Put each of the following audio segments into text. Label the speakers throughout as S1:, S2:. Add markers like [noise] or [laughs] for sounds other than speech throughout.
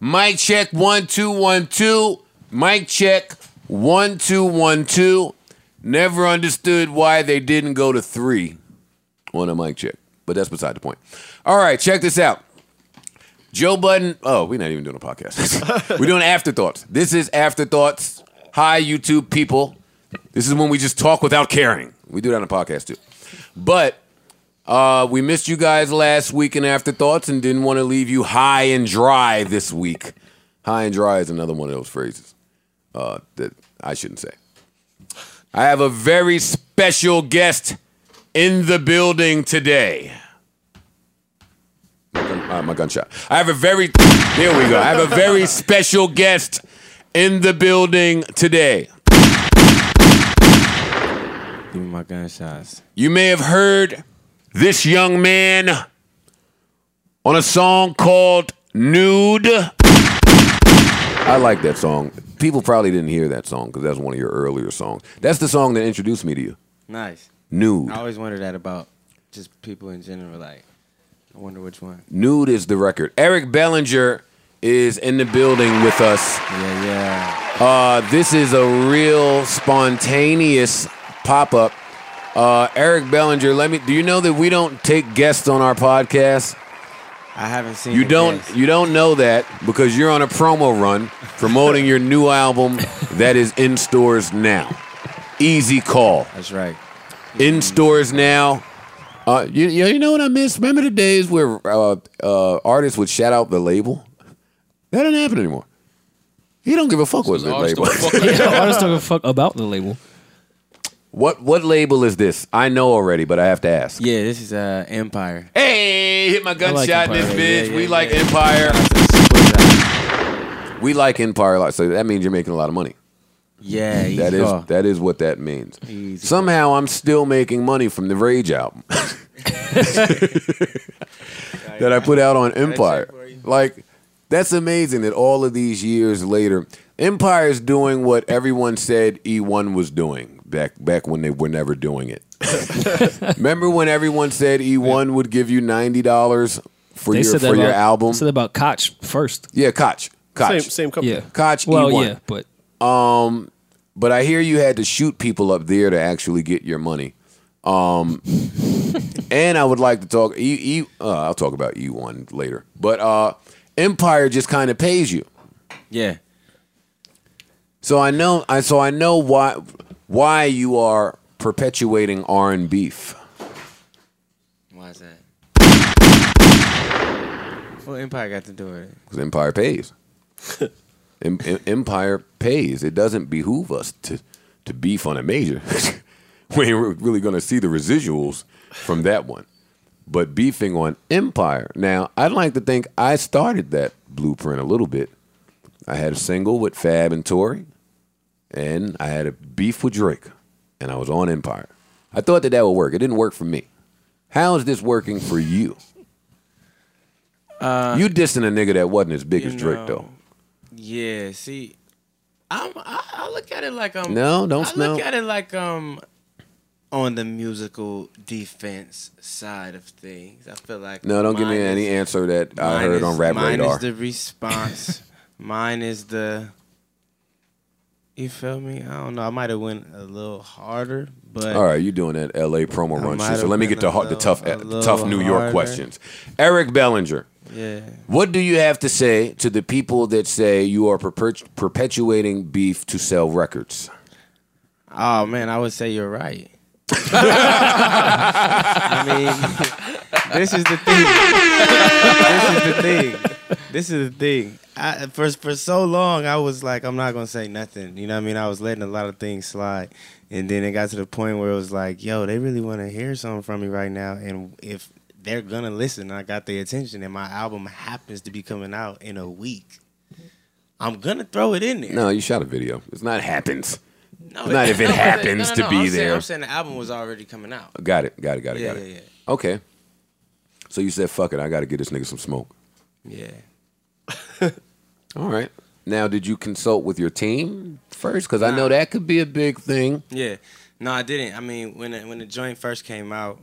S1: Mic check one two one two. Mic check one two one two. Never understood why they didn't go to three on a mic check, but that's beside the point. All right, check this out. Joe Budden. Oh, we're not even doing a podcast. [laughs] we're doing afterthoughts. This is afterthoughts. Hi, YouTube people. This is when we just talk without caring. We do that on a podcast too. But uh, we missed you guys last week in afterthoughts and didn't want to leave you high and dry this week. High and dry is another one of those phrases uh, that I shouldn't say. I have a very special guest in the building today. My, gun, uh, my gunshot. I have a very, here we go. I have a very special guest in the building today.
S2: Give me my gunshots.
S1: You may have heard this young man on a song called Nude. I like that song. People probably didn't hear that song because that's one of your earlier songs. That's the song that introduced me to you.
S2: Nice.
S1: Nude.
S2: I always wonder that about just people in general. Like, I wonder which one.
S1: Nude is the record. Eric Bellinger is in the building with us.
S2: Yeah, yeah.
S1: Uh, this is a real spontaneous pop up. Uh, Eric Bellinger, let me. Do you know that we don't take guests on our podcast?
S2: I haven't seen.
S1: You
S2: it
S1: don't.
S2: yet.
S1: You don't know that because you're on a promo run promoting your new album that is in stores now. Easy call
S2: That's right.
S1: in stores now. Uh, you, you you know what I miss? Remember the days where uh, uh, artists would shout out the label? That doesn't happen anymore. He don't give a fuck what the label.
S3: I just don't give a fuck about the label.
S1: [laughs] what what label is this? I know already, but I have to ask.
S2: Yeah, this is uh, Empire.
S1: Hey, hit my
S3: like
S1: gunshot in this
S3: Empire.
S1: bitch.
S2: Yeah,
S1: we
S2: yeah,
S1: like
S2: yeah.
S1: Empire. We like Empire a lot, so that means you're making a lot of money.
S2: Yeah, easy
S1: That is
S2: call.
S1: that is what that means.
S2: Easy.
S1: Somehow I'm still making money from the Rage album [laughs] that I put out on Empire.
S2: for you.
S1: Like that's amazing that all of these years later, Empire is doing what everyone said E1 was doing back back when they were never doing it. [laughs] Remember when everyone said E1 would give you ninety dollars for
S3: They
S1: your
S3: said that
S1: for
S3: about,
S1: your album?
S3: Said that about Koch first.
S1: yeah, Koch.
S4: Same,
S1: Koch.
S4: same company.
S3: Yeah,
S1: Koch E
S3: Well,
S1: E1.
S3: yeah, but
S1: But I hear you had to shoot people up there to actually get your money. Um, and I would like to talk. E, e, uh, I'll talk about E one later. But uh, Empire just kind of pays you,
S2: Yeah.
S1: so I know. I so I know why why you are perpetuating R and beef.
S2: Why is that? Well, Empire got to do it.
S1: Because Empire pays. em- em- Empire pays. It doesn't behoove us to, to beef on a major. [laughs] we ain't re- really going to see the residuals from that one. But beefing on Empire. Now, I'd like to think I started that blueprint a little bit. I had a single with Fab and Tori, and I had a beef with Drake, and I was on Empire. I thought that that would work. It didn't work for me. How is this working for you? you dissing a nigga that wasn't as big
S2: Uh, you
S1: as Drake,
S2: know,
S1: though.
S2: Yeah. See, I'm, I, I look at it like um.
S1: No, don't
S2: I
S1: no.
S2: look at it like um. On the musical defense side of things, I feel like
S1: No, don't give me
S2: mine is-
S1: any answer that I
S2: Mine
S1: heard
S2: is-
S1: on Rap
S2: mine
S1: Radar.
S2: is the response. [laughs] mine is the. You feel me? I don't know. I might have went a little harder, but
S1: All right, you doing that LA promo
S2: I
S1: run
S2: might
S1: shit. So
S2: have
S1: let me
S2: been
S1: get to
S2: a
S1: hard- the tough,
S2: little- a
S1: the tough
S2: little
S1: New York
S2: harder.
S1: questions. Eric Bellinger,
S2: yeah,
S1: what do you have to say to the people that say you are perper- perpetuating beef to sell records?
S2: Oh man, I would say you're right. [laughs] I mean, [laughs] this is the thing. This is the thing. This is the thing. I, for for so long, I was like, I'm not gonna say nothing. You know what I mean? I was letting a lot of things slide, and then it got to the point where it was like, yo, they really want to hear something from me right now, and if they're gonna listen, I got their attention, and my album happens to be coming out in a week. I'm gonna throw it in there.
S1: No, you shot a video. It's not happens.
S2: No,
S1: Not if it
S2: no, no,
S1: happens
S2: no, no,
S1: to
S2: no,
S1: be
S2: I'm saying-
S1: there.
S2: I'm saying the album was already coming out.
S1: Got it. Got it. Got it.
S2: Yeah,
S1: got it.
S2: yeah,
S1: Okay. So you said, "Fuck it, I got to get this nigga some smoke."
S2: yeah.
S1: All right. Now, did you consult with your team first? Because I know that could be a big thing.
S2: Yeah, yeah. No, I didn't. I mean, when the, when the joint first came out,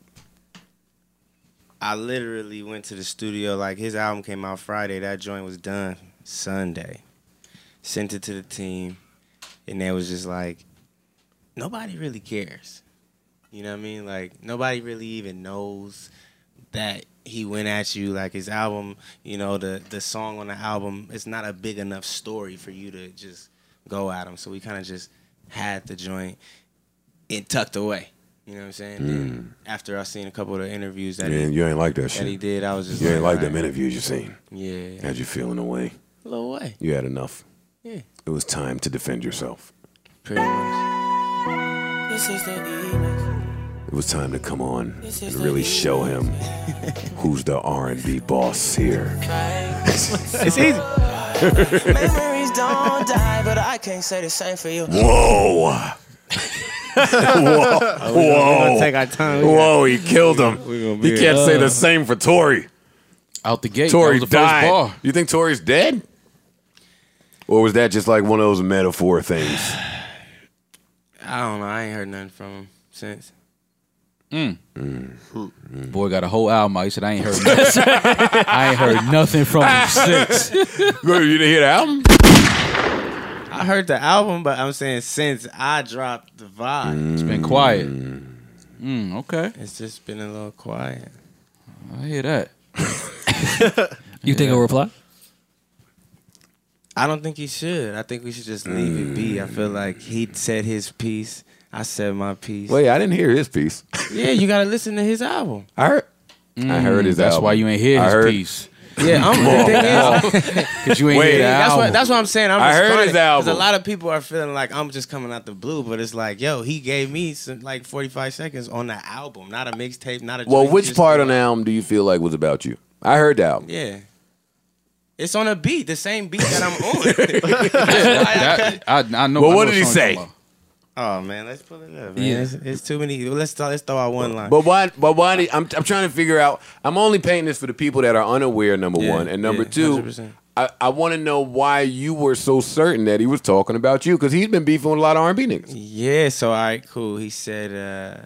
S2: I literally went to the studio. Like his album came out Friday. That joint was done Sunday. Sent it to the team, and they was just like, nobody really cares. You know what I mean? Like nobody really even knows that he went at you. Like his album, you know, the the song on the album, it's not a big enough story for you to just go at him. So we kind of just had the joint it tucked away. You know what I'm saying? Then after I seen a couple of the interviews that,
S1: Man,
S2: he,
S1: you ain't like that
S2: that he
S1: shit.
S2: did, I was just
S1: You ain't like them
S2: "All right,
S1: interviews you seen.
S2: Yeah,
S1: How'd you feel in a way?
S2: little way.
S1: You had enough.
S2: Yeah,
S1: It was time to defend yourself.
S2: pretty much.
S4: This is the evening.
S1: It was time to come on and really show him
S2: [laughs]
S1: who's the R&B boss here.
S2: It's easy.
S1: Oh.
S4: Memories don't die, but I can't say the same for
S1: Mm.
S4: you.
S1: Whoa!
S2: Gonna
S1: Whoa!
S2: take our time. We got-
S1: Whoa! He killed him.
S2: gonna
S1: He
S2: be-
S1: can't say the same for Tori.
S5: Out the gate.
S1: Tori
S5: that was the
S1: died.
S5: first bar.
S1: You think Tori's dead? Or was that just like one of those metaphor [laughs] things?
S2: I don't know. I ain't heard nothing from him since.
S5: Boy got a whole album. out. He said I ain't heard. Nothing. I ain't heard nothing
S1: [laughs]
S5: from him since.
S1: you didn't hear the album?
S2: I heard the album, but I'm saying since I dropped the vibe,
S5: It's been quiet. Mm, okay,
S2: it's just been a little quiet.
S5: I hear that.
S3: You think he'll reply?
S2: I don't think he should. I think we should just leave it be. I feel like he said his piece. I said my piece.
S1: Wait, I didn't hear his piece.
S2: Yeah, you gotta listen to
S1: [laughs]
S2: his album.
S1: I heard. I heard his
S5: That's
S1: album.
S5: why you ain't hear
S1: I
S5: his
S1: heard-
S5: piece.
S2: Yeah, I'm. the thing is,
S5: Cause you ain't
S1: Wait,
S5: hear the
S2: that's
S5: album.
S2: what that's what I'm saying. I'm
S1: I
S2: just
S1: heard
S2: funny,
S1: his album.
S2: 'cause A lot of people are feeling like I'm just coming out the blue, but it's like, yo, he gave me some, like 45 seconds on the album, not a mixtape, not a.
S1: Well,
S2: joint,
S1: which
S2: just-
S1: part on the album do you feel like was about you? I heard the album.
S2: Yeah. It's on a beat, the same beat that I'm
S1: [laughs]
S2: on. [laughs]
S5: That- I, I
S1: Well,
S5: know. I know
S1: what did he
S5: song
S1: say?
S5: you're talking about.
S2: oh man, let's pull it up. Man. It's, it's too many. Let's throw, let's throw out one line.
S1: But why? But why? do- I'm I'm trying to figure out. I'm only painting this for the people that are unaware. Number
S2: Yeah,
S1: one and number
S2: yeah,
S1: two.
S2: 100%.
S1: I, I want to know why you were so certain that he was talking about you because he's been beefing with a lot of R&B niggas.
S2: Yeah, so all right, cool. He said uh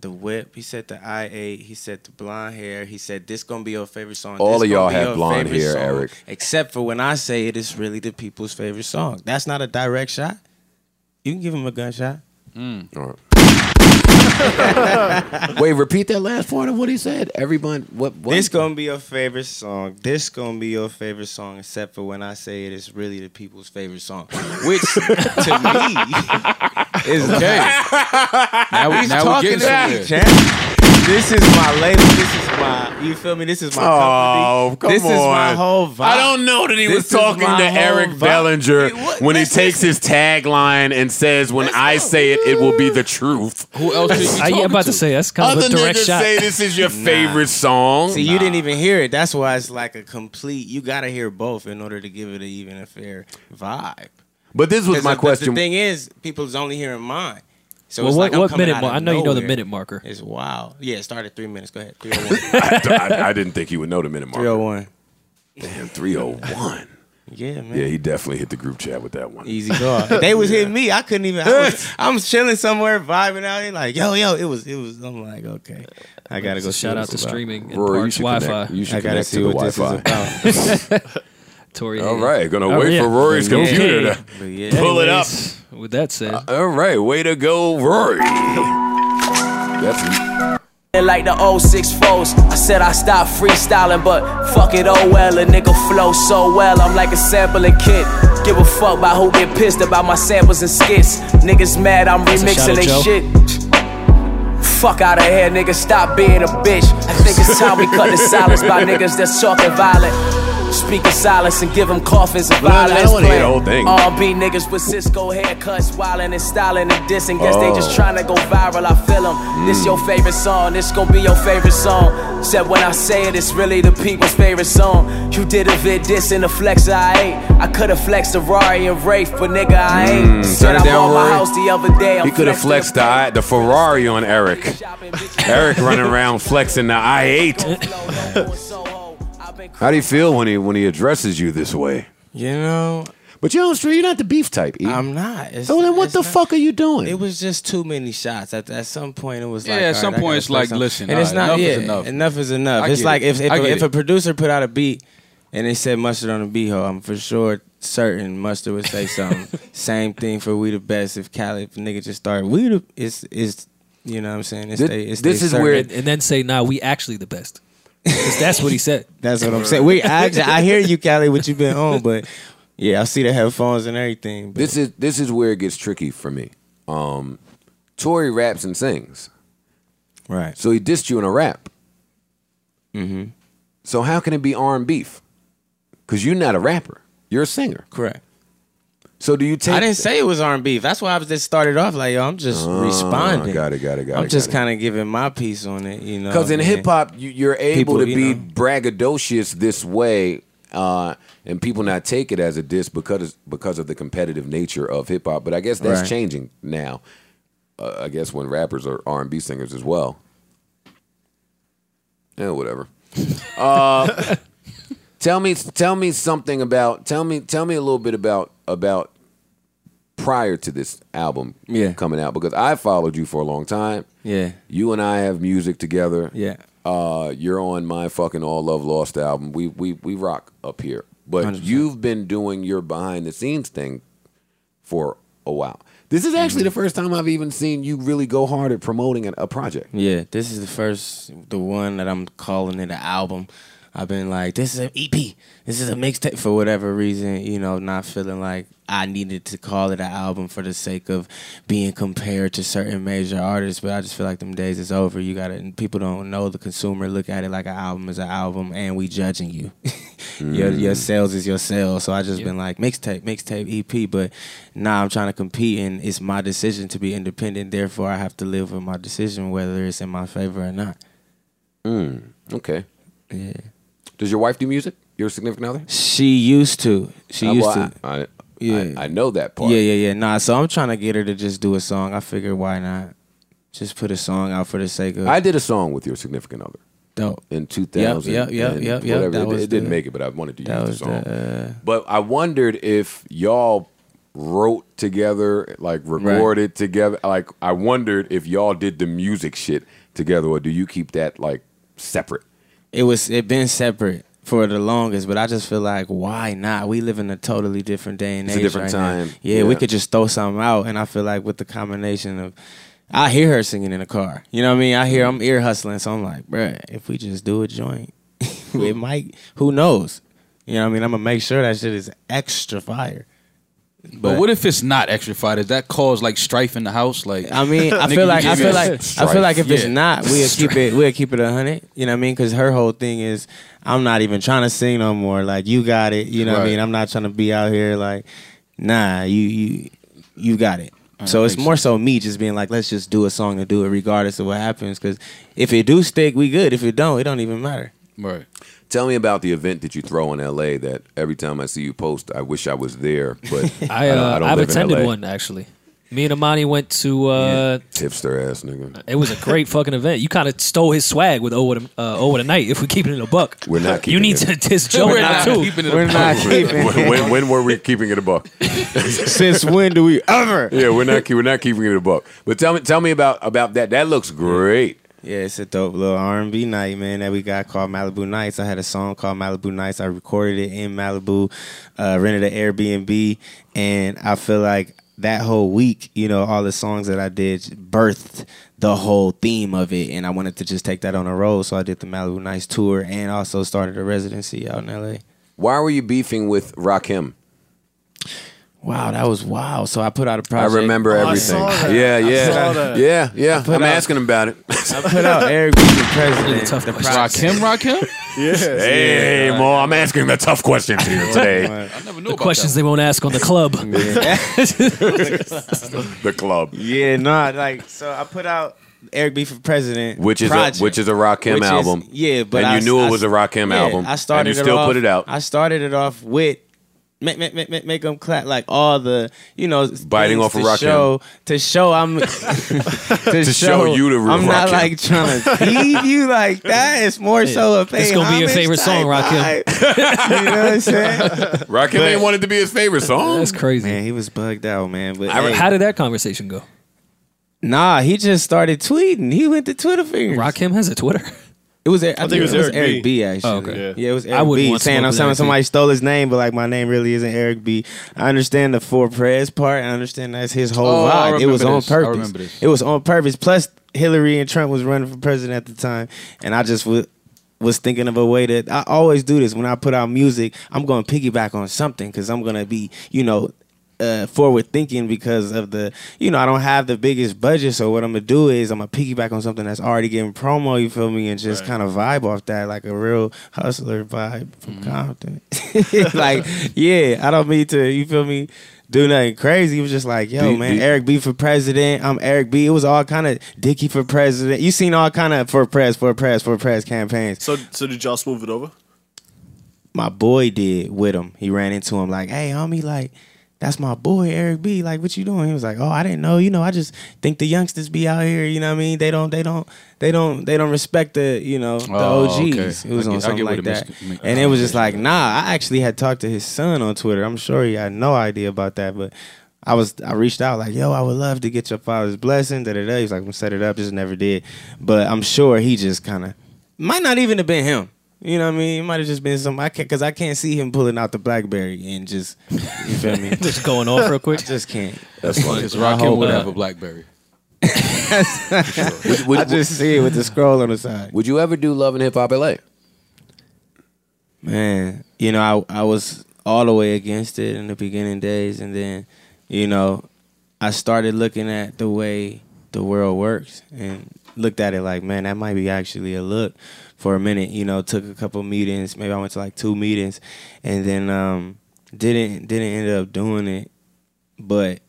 S2: the whip. He said the I eight. He said the blonde hair. He said this gonna be your favorite song.
S1: All
S2: This
S1: of y'all
S2: gonna be
S1: have
S2: your
S1: blonde
S2: favorite
S1: hair,
S2: song.
S1: Eric.
S2: Except for when I say it is really the people's favorite song. That's not a direct shot. You can give him a gunshot.
S1: All right. [laughs] Wait, repeat that last part of what he said. Everyone, what? what?
S2: This gonna be your favorite song. This gonna be your favorite song, except for when I say it is really the people's favorite song,
S1: [laughs]
S2: which to me is
S5: Okay. now we, now we
S2: talking
S5: getting
S2: to
S5: somewhere.
S2: me, champ. This is my label. This is my. You feel me? This is my
S1: Oh,
S2: company.
S1: come
S2: this is my
S1: on.
S2: whole vibe.
S1: I don't know that he
S2: This
S1: was
S2: is
S1: talking
S2: my
S1: to
S2: whole
S1: Eric
S2: vibe.
S1: Bellinger
S2: Wait, what?
S1: when he
S2: Let's
S1: takes his tagline and says, "When I say it, it will be the truth."
S5: Who else did you
S3: I,
S5: talking
S3: Uh, yeah, I'm about to
S5: to?
S3: say that's kind
S1: Other
S3: of a direct
S1: niggas
S3: shot.
S1: say this is your favorite song.
S2: See, you didn't even hear it. That's why it's like a complete. You gotta hear both in order to give it a, even a fair vibe.
S1: but this was
S2: 'Cause
S1: my
S2: the-
S1: question.
S2: The thing is, people's only hearing mine. So
S3: Well,
S2: it's
S3: what,
S2: like I'm
S3: what
S2: coming
S3: minute?
S2: out
S3: Mark?
S2: of
S3: I know you know the
S2: nowhere.
S3: minute marker.
S2: It's wow. Yeah, it started three minutes. Go ahead. 301.
S1: [laughs] I, I didn't think he would know the minute mark.
S2: 301.
S1: Damn, 301.
S2: [laughs] Yeah, man.
S1: Yeah, he definitely hit the group chat with that one. [laughs]
S2: Easy call. they was hitting me. I couldn't even. I was, I'm chilling somewhere, vibing out. They like, yo, yo. It was, it was. I'm like, okay, I gotta go. see
S3: Shout
S2: what
S3: out
S2: it's
S3: to
S2: about.
S3: streaming and
S1: Rory, you
S3: Parks
S1: should connect,
S3: Wi-Fi.
S1: you should
S2: I gotta
S1: connect
S2: see
S1: to the
S2: what this is
S1: Wi-Fi.
S2: about. [laughs] but
S3: Tori.
S1: All
S3: Hayes.
S1: right, gonna
S3: Oh,
S1: wait
S3: yeah.
S1: for Rory's
S3: Okay.
S1: computer to
S2: yeah,
S1: pull it up.
S3: Anyways, With that said,
S1: All right, way to go, Rory.
S2: [laughs]
S1: That's
S4: They like the old six foes. I said I stopped freestyling, but fuck it, oh well. A nigga flow so well, I'm like a sampling kid. Give a fuck about who get pissed about my samples and skits. Niggas mad, I'm
S3: a shout
S4: remixing
S3: out,
S4: they
S3: Joe.
S4: shit. Fuck out of here, nigga, stop being a bitch. I think it's time we
S1: [laughs]
S4: cut the silence by niggas that's talking violent. Speaking silence and give them coffins and
S1: Well, I don't
S4: violence. Oh,
S1: wanna hear the whole thing.
S4: R&B niggas with Cisco haircuts, wildin' and styling and dissing. Guess they
S1: Oh. Mm.
S4: just trying to go viral, I feel 'em. This your favorite song, this gon' be your favorite song. Said when I say it, it's really the people's favorite song. You did a vid diss in the flex I ain't. I could've flexed a Rari and Rafe, but nigga, I ain't.
S1: Mm, turn
S4: Said
S1: it
S4: I
S1: down,
S4: bought my
S1: Rory.
S4: house the other day. I'm
S1: he could have flexed the I- the Ferrari on Eric.
S4: [laughs]
S1: Eric running around flexing the I8. How do you feel when he when he addresses you this way?
S2: You know,
S1: But you don't street. You're not the beef type. E.
S2: I'm not. It's,
S1: so then, what
S2: it's
S1: the
S2: not-
S1: fuck are you doing?
S2: It was just too many shots. At, at some point, it was
S5: Yeah,
S2: like.
S5: at
S2: all
S5: some
S2: I gotta
S5: point it's
S2: play
S5: like,
S2: something.
S5: listen,
S2: and
S5: all
S2: it's
S5: right,
S2: not
S5: enough is
S2: yeah,
S5: enough.
S2: Enough is enough.
S5: I
S2: it's
S5: get
S2: like
S5: it.
S2: if if,
S5: I
S2: a,
S5: get
S2: if a
S5: it.
S2: producer put out a beat, and they said mustard on the beehole. I'm for sure certain mustard would say
S5: [laughs]
S2: something. Same thing for we the best if Cali if a nigga just started we the it's it's you know what I'm saying. It's
S1: Thi-
S2: they, it's
S1: this
S2: they
S1: is
S2: certain.
S1: where
S3: And, and then say, nah, we actually the best. 'Cause that's what he said.
S2: That's what I'm saying. We actually, I hear you, Cali, what you been on, but yeah, I see they have phones and everything. But
S1: This is this is where it gets tricky for me. Um, Tory raps and sings,
S2: right,
S1: so he dissed you in a rap. Mm-hmm.
S2: Mm-hmm.
S1: So how can it be R and beef? Because you're not a rapper, you're a singer.
S2: correct.
S1: So do you take?
S2: I didn't say it was R and B. That's why I was just started off like, yo, I'm just responding.
S1: Oh, got it, got it, got
S2: I'm
S1: it,
S2: just
S1: got
S2: kind of giving my piece on it, you know.
S1: Because in
S2: and-
S1: hip hop, you, you're able
S2: People,
S1: to
S2: you
S1: be
S2: know.
S1: braggadocious this way, uh, and people not take it as a diss because because of the competitive nature of hip hop. But I guess that's
S2: Right.
S1: changing now. Uh, I guess when rappers are R and B singers as well. Yeah,
S2: [laughs]
S1: whatever. Uh, tell me, tell me something about. Tell me, tell me a little bit about about prior to this album
S2: Yeah.
S1: coming out because I followed you for a long time.
S2: yeah,
S1: You and I have music together.
S2: yeah,
S1: Uh, you're on my fucking All Love Lost album. We we we rock up here. But
S2: 100%.
S1: you've been doing your behind the scenes thing for a while. This is
S2: Mm-hmm.
S1: actually the first time I've even seen you really go hard at promoting an- a project.
S2: yeah. This is the first, the one that I'm calling it an album. I've been like, this is an EP, this is a mixtape for whatever reason, you know, not feeling like I needed to call it an album for the sake of being compared to certain major artists. But I just feel like them days is over. You gotta, people don't know the consumer look at it like an album is an album, and we judging you. [laughs] Your
S1: Mm.
S2: your sales is your sales. So I just been like mixtape, mixtape, EP. But now I'm trying to compete, and it's my decision to be independent. Therefore, I have to live with my decision, whether it's in my favor or not.
S1: Okay.
S2: Yeah.
S1: Does your wife do music? Your significant other?
S2: She used to. She
S1: Uh,
S2: used
S1: well,
S2: to.
S1: I, I,
S2: Yeah.
S1: I, I know that part.
S2: Yeah, yeah, yeah. Nah. So I'm trying to get her to just do a song. I figured why not. Just put a song out for the sake of
S1: I did a song with your significant other
S2: dope.
S1: in 2000.
S2: Yep, yep, yep,
S1: and
S2: yep, yep.
S1: whatever.
S2: That
S1: It-
S2: was
S1: it, didn't
S2: the-
S1: make it, but I wanted to
S2: That
S1: use the
S2: was
S1: song.
S2: the uh,
S1: But I wondered if y'all wrote together, like recorded together. Like I wondered if y'all did the music shit together, or do you keep that like separate?
S2: it was it been separate for the longest, but I just feel like why not? We live in a totally different day and
S1: It's a
S2: age
S1: different
S2: right
S1: time.
S2: now. Yeah,
S1: Yeah.
S2: we could just throw something out, and I feel like with the combination of, I hear her singing in the car. You know what I mean? I hear I'm ear hustling, so I'm like, bruh, if we just do a joint, [laughs] it might. Who knows? You know what I mean? I'm gonna make sure that shit is extra fire.
S5: But what if it's not extra fire? Does that cause like strife in the house? Like
S2: I mean, I
S5: Nigga,
S2: feel
S5: you
S2: like I
S5: give
S2: feel
S5: me
S2: like I
S1: strife.
S2: feel like if it's
S5: Yeah.
S2: not, we'll keep it we'll keep it a hundred. You know what I mean? Because her whole thing is, I'm not even trying to sing no more. Like you got it. You know what I
S5: Right.
S2: mean? I'm not trying to be out here like, nah, you you you got it. So it's
S5: makes
S2: more so me just being like, let's just do a song and do it regardless of what happens. Because if it do stick, we good. If it don't, it don't even matter.
S5: right.
S1: Tell me about the event that you throw in LA. That every time I see you post, I wish I was there.
S2: [laughs]
S1: But
S3: I,
S1: don't-
S3: uh,
S1: I don't live
S3: I've
S1: in
S3: attended
S1: LA.
S3: one actually. Me and Amani went to. Uh,
S1: Tipster ass
S2: [laughs]
S1: nigga.
S3: It was a great fucking event. You kind of stole his swag with oh what a uh, oh what a night. If we keep it in a buck,
S1: We're not keeping
S3: You need
S1: it.
S3: to diss Joe
S5: We're
S3: now
S5: not
S3: too.
S5: keeping it
S2: We're
S5: a
S2: not keeping.
S1: when, when, when were we keeping it a buck?
S2: Since when do we ever?
S1: Yeah, we're
S2: [laughs]
S1: not keep- we're not keeping it a buck. But tell me tell me about about that. That looks great.
S2: Yeah, it's a dope little R and B night, man, that we got called Malibu Nights. I had a song called Malibu Nights. I recorded it in Malibu, uh, rented an Airbnb, and I feel like that whole week, you know, all the songs that I did birthed the whole theme of it, and I wanted to just take that on a roll. So I did the Malibu Nights tour, and also started a residency out in LA.
S1: Why were you beefing with Rakim?
S2: Wow, that was wow. So I put out a
S1: I
S2: project.
S1: remember
S2: Oh, I
S1: everything.
S2: saw that.
S1: Yeah,
S2: saw
S1: yeah,
S2: that.
S1: yeah, yeah. I'm
S2: out-
S1: asking him about it.
S2: put out Eric B. the President.
S3: Tough
S2: the
S3: question.
S5: Rock him, rock him.
S1: [laughs] Hey, Mo, I'm asking a tough question to you today.
S5: I never knew
S3: The
S5: about
S3: questions
S5: that.
S3: they won't ask on the
S1: [laughs]
S3: club.
S1: the club,
S2: Yeah, no, like so I put out Eric B for President,
S1: which is a,
S2: project,
S1: which is a Rakim
S2: which is-
S1: album.
S2: yeah, but
S1: and
S2: I,
S1: you knew
S2: I-
S1: it was a Rakim
S2: yeah,
S1: album.
S2: I started
S1: and you still
S2: it off,
S1: put it out.
S2: I started it off with. Make, make, make, make, them clap like all the you know
S1: Biting
S2: things
S1: off of
S2: to
S1: Rakim.
S2: show to show I'm
S1: [laughs]
S2: [laughs] to,
S1: show you the real
S2: I'm not
S1: Rakim.
S2: like trying to feed you like that. It's more so a pay
S3: It's gonna be your
S2: homage
S3: favorite song,
S2: type
S3: Rakim.
S2: vibe. [laughs] you know what
S1: [laughs]
S2: I'm saying?
S1: Rakim ain't wanted to be his favorite song.
S3: That's crazy.
S2: Man, he was bugged out, man. But hey,
S3: How did that conversation go?
S2: nah, he just started tweeting. He went to Twitter fingers.
S3: Rakim has a Twitter. [laughs]
S5: It was. I, I
S6: think it was Eric
S5: Eric
S6: B.
S5: B. Actually.
S3: Oh, okay.
S6: Yeah.
S5: Yeah, it was. Eric
S3: I wouldn't
S5: B.
S3: want
S5: saying
S3: smoke
S5: I'm
S3: with
S5: saying
S3: Eric B.
S2: somebody
S5: somebody.
S2: stole his name, but like my name really isn't Eric B. I understand the four prayers part. I understand that's his whole
S5: Oh, I
S2: vibe. It was
S5: remember
S2: on
S5: this. I
S2: purpose.
S5: remember this.
S2: It was on purpose. Plus, Hillary and Trump was running for president at the time, and I just was was thinking of a way that I always do this when I put out music. I'm going to piggyback on something because I'm going to be, you know. Uh, forward thinking because of the you know I don't have the biggest budget so what I'm gonna do is I'm gonna piggyback on something that's already getting promo you feel me and just kind of vibe off that like a real hustler vibe from Compton [laughs] like, yeah, I don't mean to, you feel me, do nothing crazy. It was just like, yo,
S1: Do-
S2: man,
S1: do-
S2: Eric B for president. I'm Eric B. It was all kind of Dicky for president. You seen all kind of for press, for press, for press campaigns.
S6: So so did y'all smooth it over?
S2: My boy did with him. He ran into him like, hey, homie, like, that's my boy, Eric B. Like, what you doing? He was like, oh, I didn't know. You know, I just think the youngsters be out here. You know what I mean? They don't, they don't, they don't, they don't respect the, you know, the
S5: Oh,
S2: OGs.
S5: okay.
S2: It was
S5: I get- I
S2: on
S5: get
S2: something
S5: where
S2: like
S5: the
S2: that.
S5: mis- mis-
S2: and it was just like, nah, I actually had talked to his son on Twitter. I'm sure he had no idea about that, but I was I reached out like, yo, I would love to get your father's blessing. Da da da. He's like, I'm gonna set it up. Just never did. But I'm sure he just kind of might not even have been him. You know what I mean? It might have just been some. I can't because I can't see him pulling out the BlackBerry and just you feel me?
S3: Just going off real
S5: [laughs]
S3: quick.
S2: just can't.
S1: That's funny.
S5: Because Rakim would have a BlackBerry.
S1: would, would-
S2: I just see it with the scroll on the side.
S1: would you ever do Love and Hip Hop LA?
S2: Man, you know, I I was all the way against it in the beginning days, and then, you know, I started looking at the way the world works and looked at it like, man, that might be actually a look for a minute. You know, took a couple meetings. Maybe I went to like two meetings, and then um, didn't didn't end up doing it, but.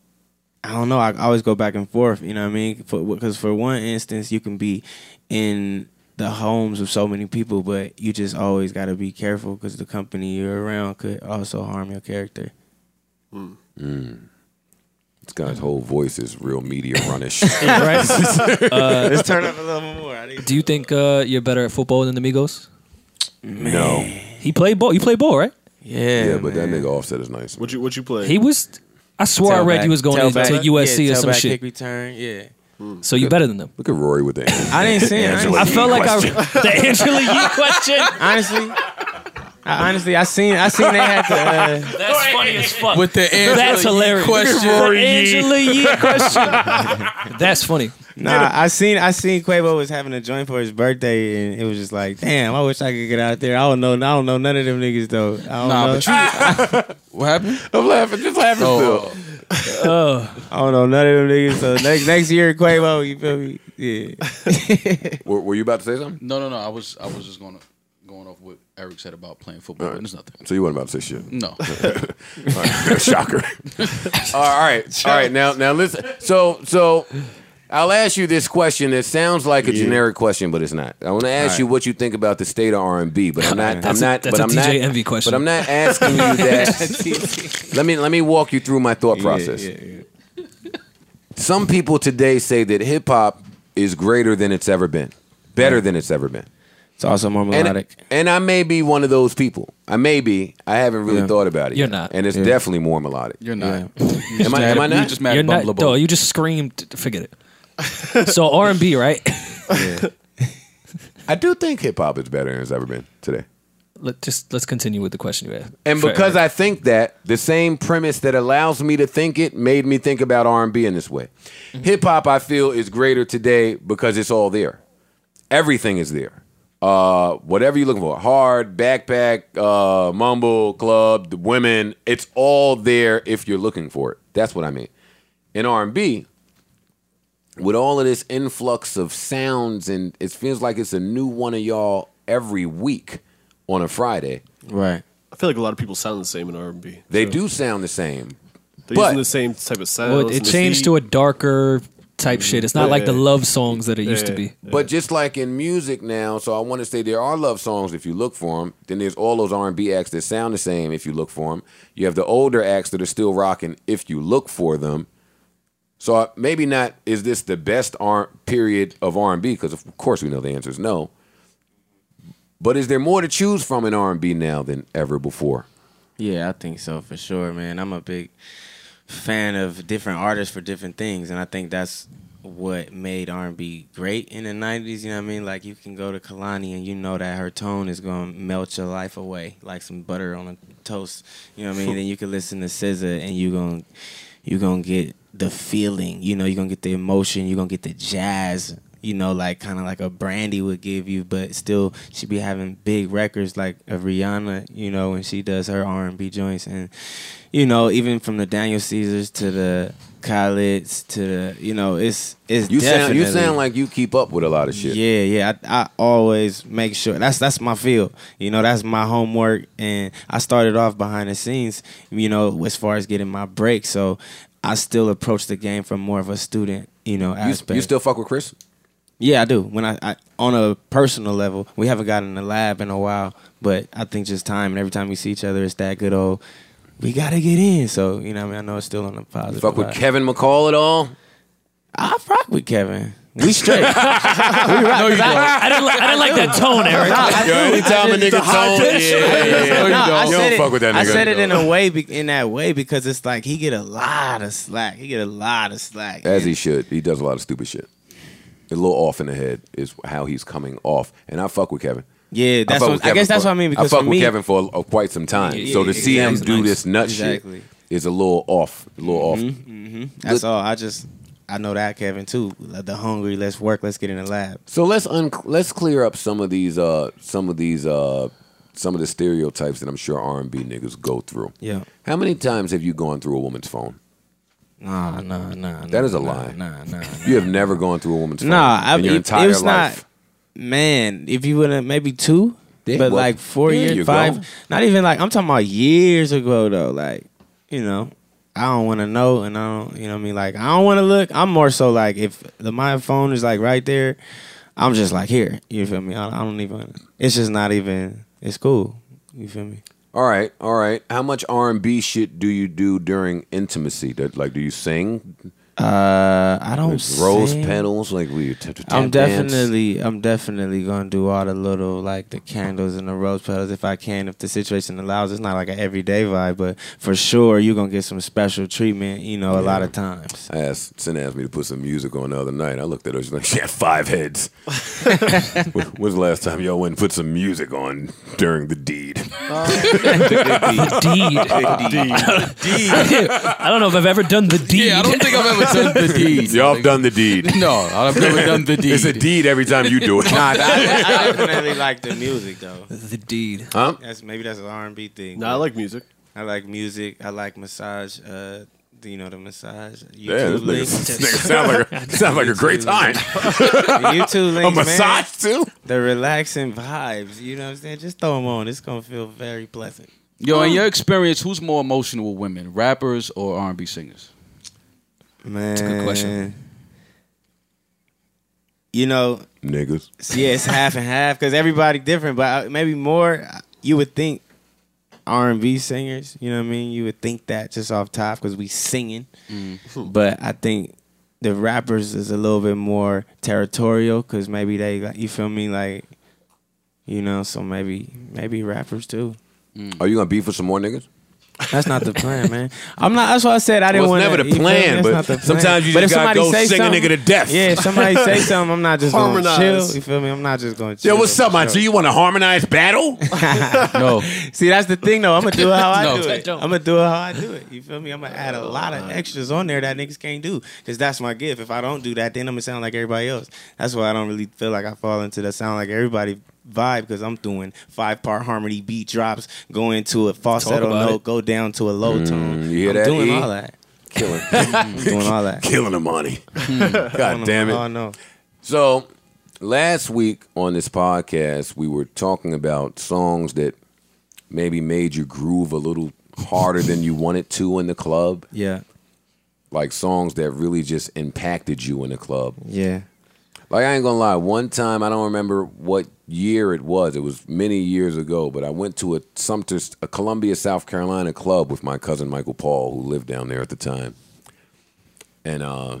S2: I don't know. I always go back and forth. You know what I mean? Because for, one instance, you can be in the homes of so many people, but you just always got to be careful because the company you're around could also harm your character.
S1: [laughs] This guy's whole voice is real media runnish.
S2: Let's turn up a little more. I need
S3: Do you think uh, you're better at football than the Migos?
S1: no.
S3: He played ball. You played ball, right?
S2: [laughs] yeah,
S1: Yeah, but that
S2: man.
S1: nigga offset is nice.
S6: What you what you play?
S3: He was. I swore I read
S2: Tailback-
S3: you was going into
S2: tailback-
S3: USC
S2: yeah,
S3: or some
S2: tailback Kick
S3: shit.
S2: return. Yeah,
S3: So you're better than
S1: [laughs]
S3: them.
S1: Look at Rory with that.
S2: I didn't see it. I didn't
S1: Angela
S3: I
S2: see it.
S3: felt like I the Angela Yee question.
S2: [laughs] honestly. I, honestly, I seen I seen they had the. Uh,
S3: That's funny as fuck.
S5: With the Angela
S3: That's
S5: Yee
S3: hilarious.
S5: question.
S3: The Angela Yee question. [laughs] That's funny.
S2: Nah, I seen I seen Quavo was having a joint for his birthday, and it was just like, damn, I wish I could get out there. I don't know, I don't know none of them niggas though. I don't
S5: Nah,
S2: know.
S5: but you. what happened?
S1: I'm laughing, just laughing
S5: Oh,
S1: still.
S2: I don't know none of them niggas. So next next year, Quavo, you feel me? Yeah,
S1: Were, were you about to say something?
S5: no, no, no. I was, I was just gonna going off what Eric said about playing football.
S1: All right.
S5: There's nothing.
S1: So you weren't about to say shit.
S5: No.
S1: All right. [laughs] Shocker. all right. All right. Now, now listen. So, so I'll ask you this question that sounds like a generic question, but it's not. I want to ask you what you think about the state of R&B, but I'm not. I'm
S3: That's a-
S1: not.
S3: that's
S1: but
S3: a
S1: I'm
S3: TJ
S1: not.
S3: Envy question.
S1: But I'm not
S3: [laughs]
S1: asking you that. let me let me walk you through my thought process. Some people today say that hip hop is greater than it's ever been, better than it's ever been.
S2: it's also more
S1: And,
S2: melodic.
S1: and I may be one of those people. I may be. I haven't really
S2: Yeah.
S1: thought about it.
S3: You're
S1: yet.
S3: not.
S1: And it's definitely more melodic.
S5: You're not.
S1: Am I, am I
S5: You're
S1: not?
S5: just mad
S3: You're
S5: at
S3: not.
S5: Bumble
S3: No,
S5: Boy.
S3: you just screamed. Forget it. So R and B, right?
S1: I do think hip hop is better than it's ever been today.
S3: Let just let's continue with the question you asked.
S1: And because I think that, the same premise that allows me to think it made me think about R&B in this way. Hip hop I feel is greater today because it's all there. Everything is there. Uh, whatever you're looking for, hard, backpack, uh, mumble, club, the women, it's all there if you're looking for it. That's what I mean. In R&B, with all of this influx of sounds and it feels like it's a new one of y'all every week on a Friday.
S2: Right.
S6: I feel like a lot of people sound the same in R and B.
S1: They do sound the same.
S6: They're
S1: but-
S6: using the same type of sounds.
S3: well, it,
S6: and the
S3: changed
S6: beat.
S3: to a darker type shit. It's not like the
S6: Yeah.
S3: love songs that it used to be.
S1: But just like in music now, so I want to say there are love songs if you look for them. Then there's all those R&B acts that sound the same if you look for them. You have the older acts that are still rocking if you look for them. So I- maybe not is this the best R- period of R&B because of course we know the answer is no. But is there more to choose from in R&B now than ever before?
S2: Yeah, I think so for sure, man. I'm a big fan of different artists for different things, and I think that's what made R&B great in the 90s, you know what I mean? Like you can go to Kalani and you know that her tone is going to melt your life away like some butter on a toast, you know what I mean? then you can listen to SZA and you going to you going to get the feeling, you know, you're going to get the emotion, you're going to get the jazz, you know, like kind of like a Brandy would give you, but still she be having big records like of Rihanna, you know, when she does her R&B joints and you know, even from the Daniel Caesars to the Khaled's to the, you know, it's it's
S1: You sound you
S2: definitely-
S1: sound like you keep up with a lot of shit.
S2: yeah, yeah. I, I always make sure that's that's my field. You know, that's my homework, and I started off behind the scenes. You know, as far as getting my break, so I still approach the game from more of a student. You know,
S1: You,
S2: aspect.
S1: you still fuck with Chris?
S2: Yeah, I do. When I, I on a personal level, we haven't gotten in the lab in a while, but I think just time and every time we see each other, it's that good old. We gotta get in, so you know. what I mean, I know it's still on the positive.
S1: Fuck with
S2: vibe.
S1: Kevin McCall at all?
S2: I rock with Kevin.
S1: [laughs]
S2: We straight.
S5: No, you don't.
S3: I didn't, li- I didn't like that tone, Eric.
S1: Yo, anytime a nigga tone, yeah, yeah, yeah.
S5: No, you
S2: Nah, I
S5: don't.
S1: You
S2: said
S1: don't
S2: it-
S1: fuck with that
S2: I
S1: nigga.
S2: said it in a way, be, in that way, because it's like he get a lot of slack. He get a lot of slack.
S1: As he
S2: And
S1: should. He does a lot of stupid shit. A little off in the head is how he's coming off, and I fuck with Kevin.
S2: yeah,
S1: I
S2: that's
S1: fuck
S2: what,
S1: with
S2: I
S1: Kevin
S2: guess that's
S1: for-
S2: what I mean.
S1: I
S2: Because
S1: fuck
S2: for
S1: with
S2: me,
S1: Kevin for a, a- quite some time,
S2: Yeah,
S1: so to
S2: yeah,
S1: see him
S2: exactly.
S1: do this nut
S2: Exactly. Mm-hmm.
S1: shit is a little off, a little off.
S2: that's all. I just I know that Kevin too. Like the hungry, let's work, let's get in the lab.
S1: So let's un- let's clear up some of these uh some of these uh some of the stereotypes that I'm sure R and B niggas go through.
S2: Yeah.
S1: How many times have you gone through a woman's phone?
S2: Nah, nah, nah. nah
S1: That is a
S2: nah,
S1: lie.
S2: Nah, [laughs] nah. nah.
S1: You have never gone through a woman's phone
S2: Nah, I,
S1: in your
S2: it,
S1: entire
S2: it was
S1: life.
S2: not. Man, if you wouldn't, maybe two,
S1: Yeah,
S2: but
S1: well,
S2: like four
S1: yeah, you're
S2: years, five.
S1: grown.
S2: Not even like I'm talking about years ago though. Like, you know, I don't want to know, and I don't, you know, what I mean, like I don't want to look. I'm more so like if the my phone is like right there, I'm just like here. You feel me? I, I don't even. It's just not even. It's cool. You feel me?
S1: all right, all right. How much R and B shit do you do during intimacy? That like, do you sing
S2: Uh, I
S5: Oh,
S2: don't.
S1: rose
S2: sing.
S1: petals? Like, we t- t-
S2: I'm
S1: tap dance?
S2: definitely, I'm definitely gonna do all the little like the candles and the rose petals if I can, if the situation allows. It's not like an everyday vibe, but for sure you're gonna get some special treatment. You know, a lot of times.
S1: I asked, Sin asked me to put some music on the other night. I looked at her. She's like, she had five
S5: [laughs]
S1: heads. when, when's the last time y'all went and put some music on during the deed?
S3: The
S5: [laughs]
S3: deed. I don't know if I've ever done the deed.
S5: Yeah, I don't think I've ever done the [laughs] deed.
S1: [laughs] y'all have done the deed.
S5: No, I've [laughs] never done the
S1: [laughs]
S5: deed.
S1: It's a deed every time you
S5: [laughs]
S1: do it.
S2: [laughs] I [laughs] definitely like the music though.
S3: the deed.
S1: huh?
S2: That's maybe that's an R&B thing.
S6: Nah, I like
S5: [laughs]
S6: music.
S2: I like music. I like massage. Uh, you know the massage.
S1: [laughs]
S2: YouTube
S1: Yeah, this nigga,
S2: links.
S1: this
S2: [laughs]
S1: nigga sound like a, sound like a great time.
S2: [laughs] YouTube
S1: [laughs]
S2: links.
S1: A
S2: man.
S1: massage too.
S2: The relaxing vibes. You know what I'm saying? Just throw them on. It's gonna feel very pleasant.
S5: Yo, in your experience, who's more emotional with women, rappers or R and B singers?
S2: Man,
S5: a good question.
S2: You know,
S1: Niggas.
S2: it's- yeah,
S5: [laughs]
S2: it's half and half because everybody different, but uh, maybe more. uh, You would think R and B singers. You know what I mean? You would think that just off top because we singing,
S5: Mm.
S2: but I think the rappers is a little bit more territorial because maybe they, like, you feel me, like. You know, so maybe maybe rappers too.
S1: Are you gonna beef with some more niggas?
S2: That's not the plan, man. [laughs] I'm not. That's why I said I didn't
S1: Well,
S2: want
S1: it's
S2: to.
S1: never the plan, but sometimes you
S2: but
S1: just
S2: if
S1: gotta
S2: somebody
S1: go
S2: say
S1: sing a
S2: something-
S1: nigga to death.
S2: Yeah, if somebody
S1: [laughs]
S2: say something, I'm not just going to
S6: Harmonize.
S2: chill. You feel me? I'm not just going to
S1: Yo,
S2: chill.
S1: what's up, my G? You want to harmonize battle?
S5: No,
S2: See, that's the thing, though. I'm gonna do it
S1: [laughs]
S2: how I
S5: No.
S2: do it. I'm gonna do it how I do it. You feel me? I'm gonna add a lot of extras on there that niggas can't do because that's my gift. If I don't do that, then I'm gonna sound like everybody else. That's why I don't really feel like I fall into the sound like everybody vibe because I'm doing five part harmony beat drops, going to a falsetto
S3: about
S2: note,
S3: it.
S2: go down to a low tone.
S1: Mm, you hear
S2: I'm
S1: that,
S2: doing
S1: E?
S2: all that.
S1: Killing,
S2: I'm doing all
S1: [laughs]
S2: that.
S1: killing Amani. God damn it.
S2: Oh no.
S1: So last week on this podcast, we were talking about songs that maybe made you groove a little harder than you wanted to in the club,
S2: Yeah.
S1: like songs that really just impacted you in the club.
S2: Yeah.
S1: Like I ain't gonna lie, one time I don't remember what year it was. It was many years ago, but I went to a Sumter, a Columbia, South Carolina club with my cousin Michael Paul, who lived down there at the time. And uh,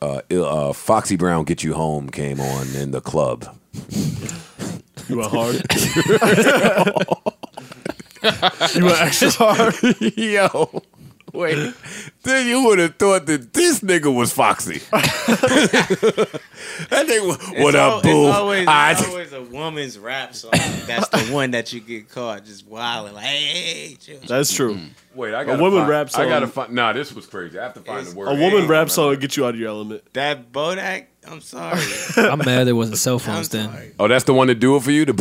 S1: uh, il- uh, Foxy Brown, "Get You Home" came on in the club.
S6: You went hard. you went extra hard.
S1: Yo, Wait, then you would have thought that this nigga was Foxy. that nigga, what
S2: It's al-
S1: up, boo?
S2: It's always,
S1: I-
S2: it's always a woman's rap song. That's the one that you get caught just wilding like, hey, chill.
S6: That's true.
S1: wait, I
S6: A woman rap
S1: I
S6: song-
S1: gotta find. Nah, this was crazy. I have to find
S2: It's-
S1: the word.
S6: A woman rap song will get you out of your element.
S2: that Bodak. I'm sorry.
S3: I'm mad there wasn't cell
S2: I'm
S3: phones then.
S2: sorry.
S1: Oh, that's the one to do it for you. [laughs] To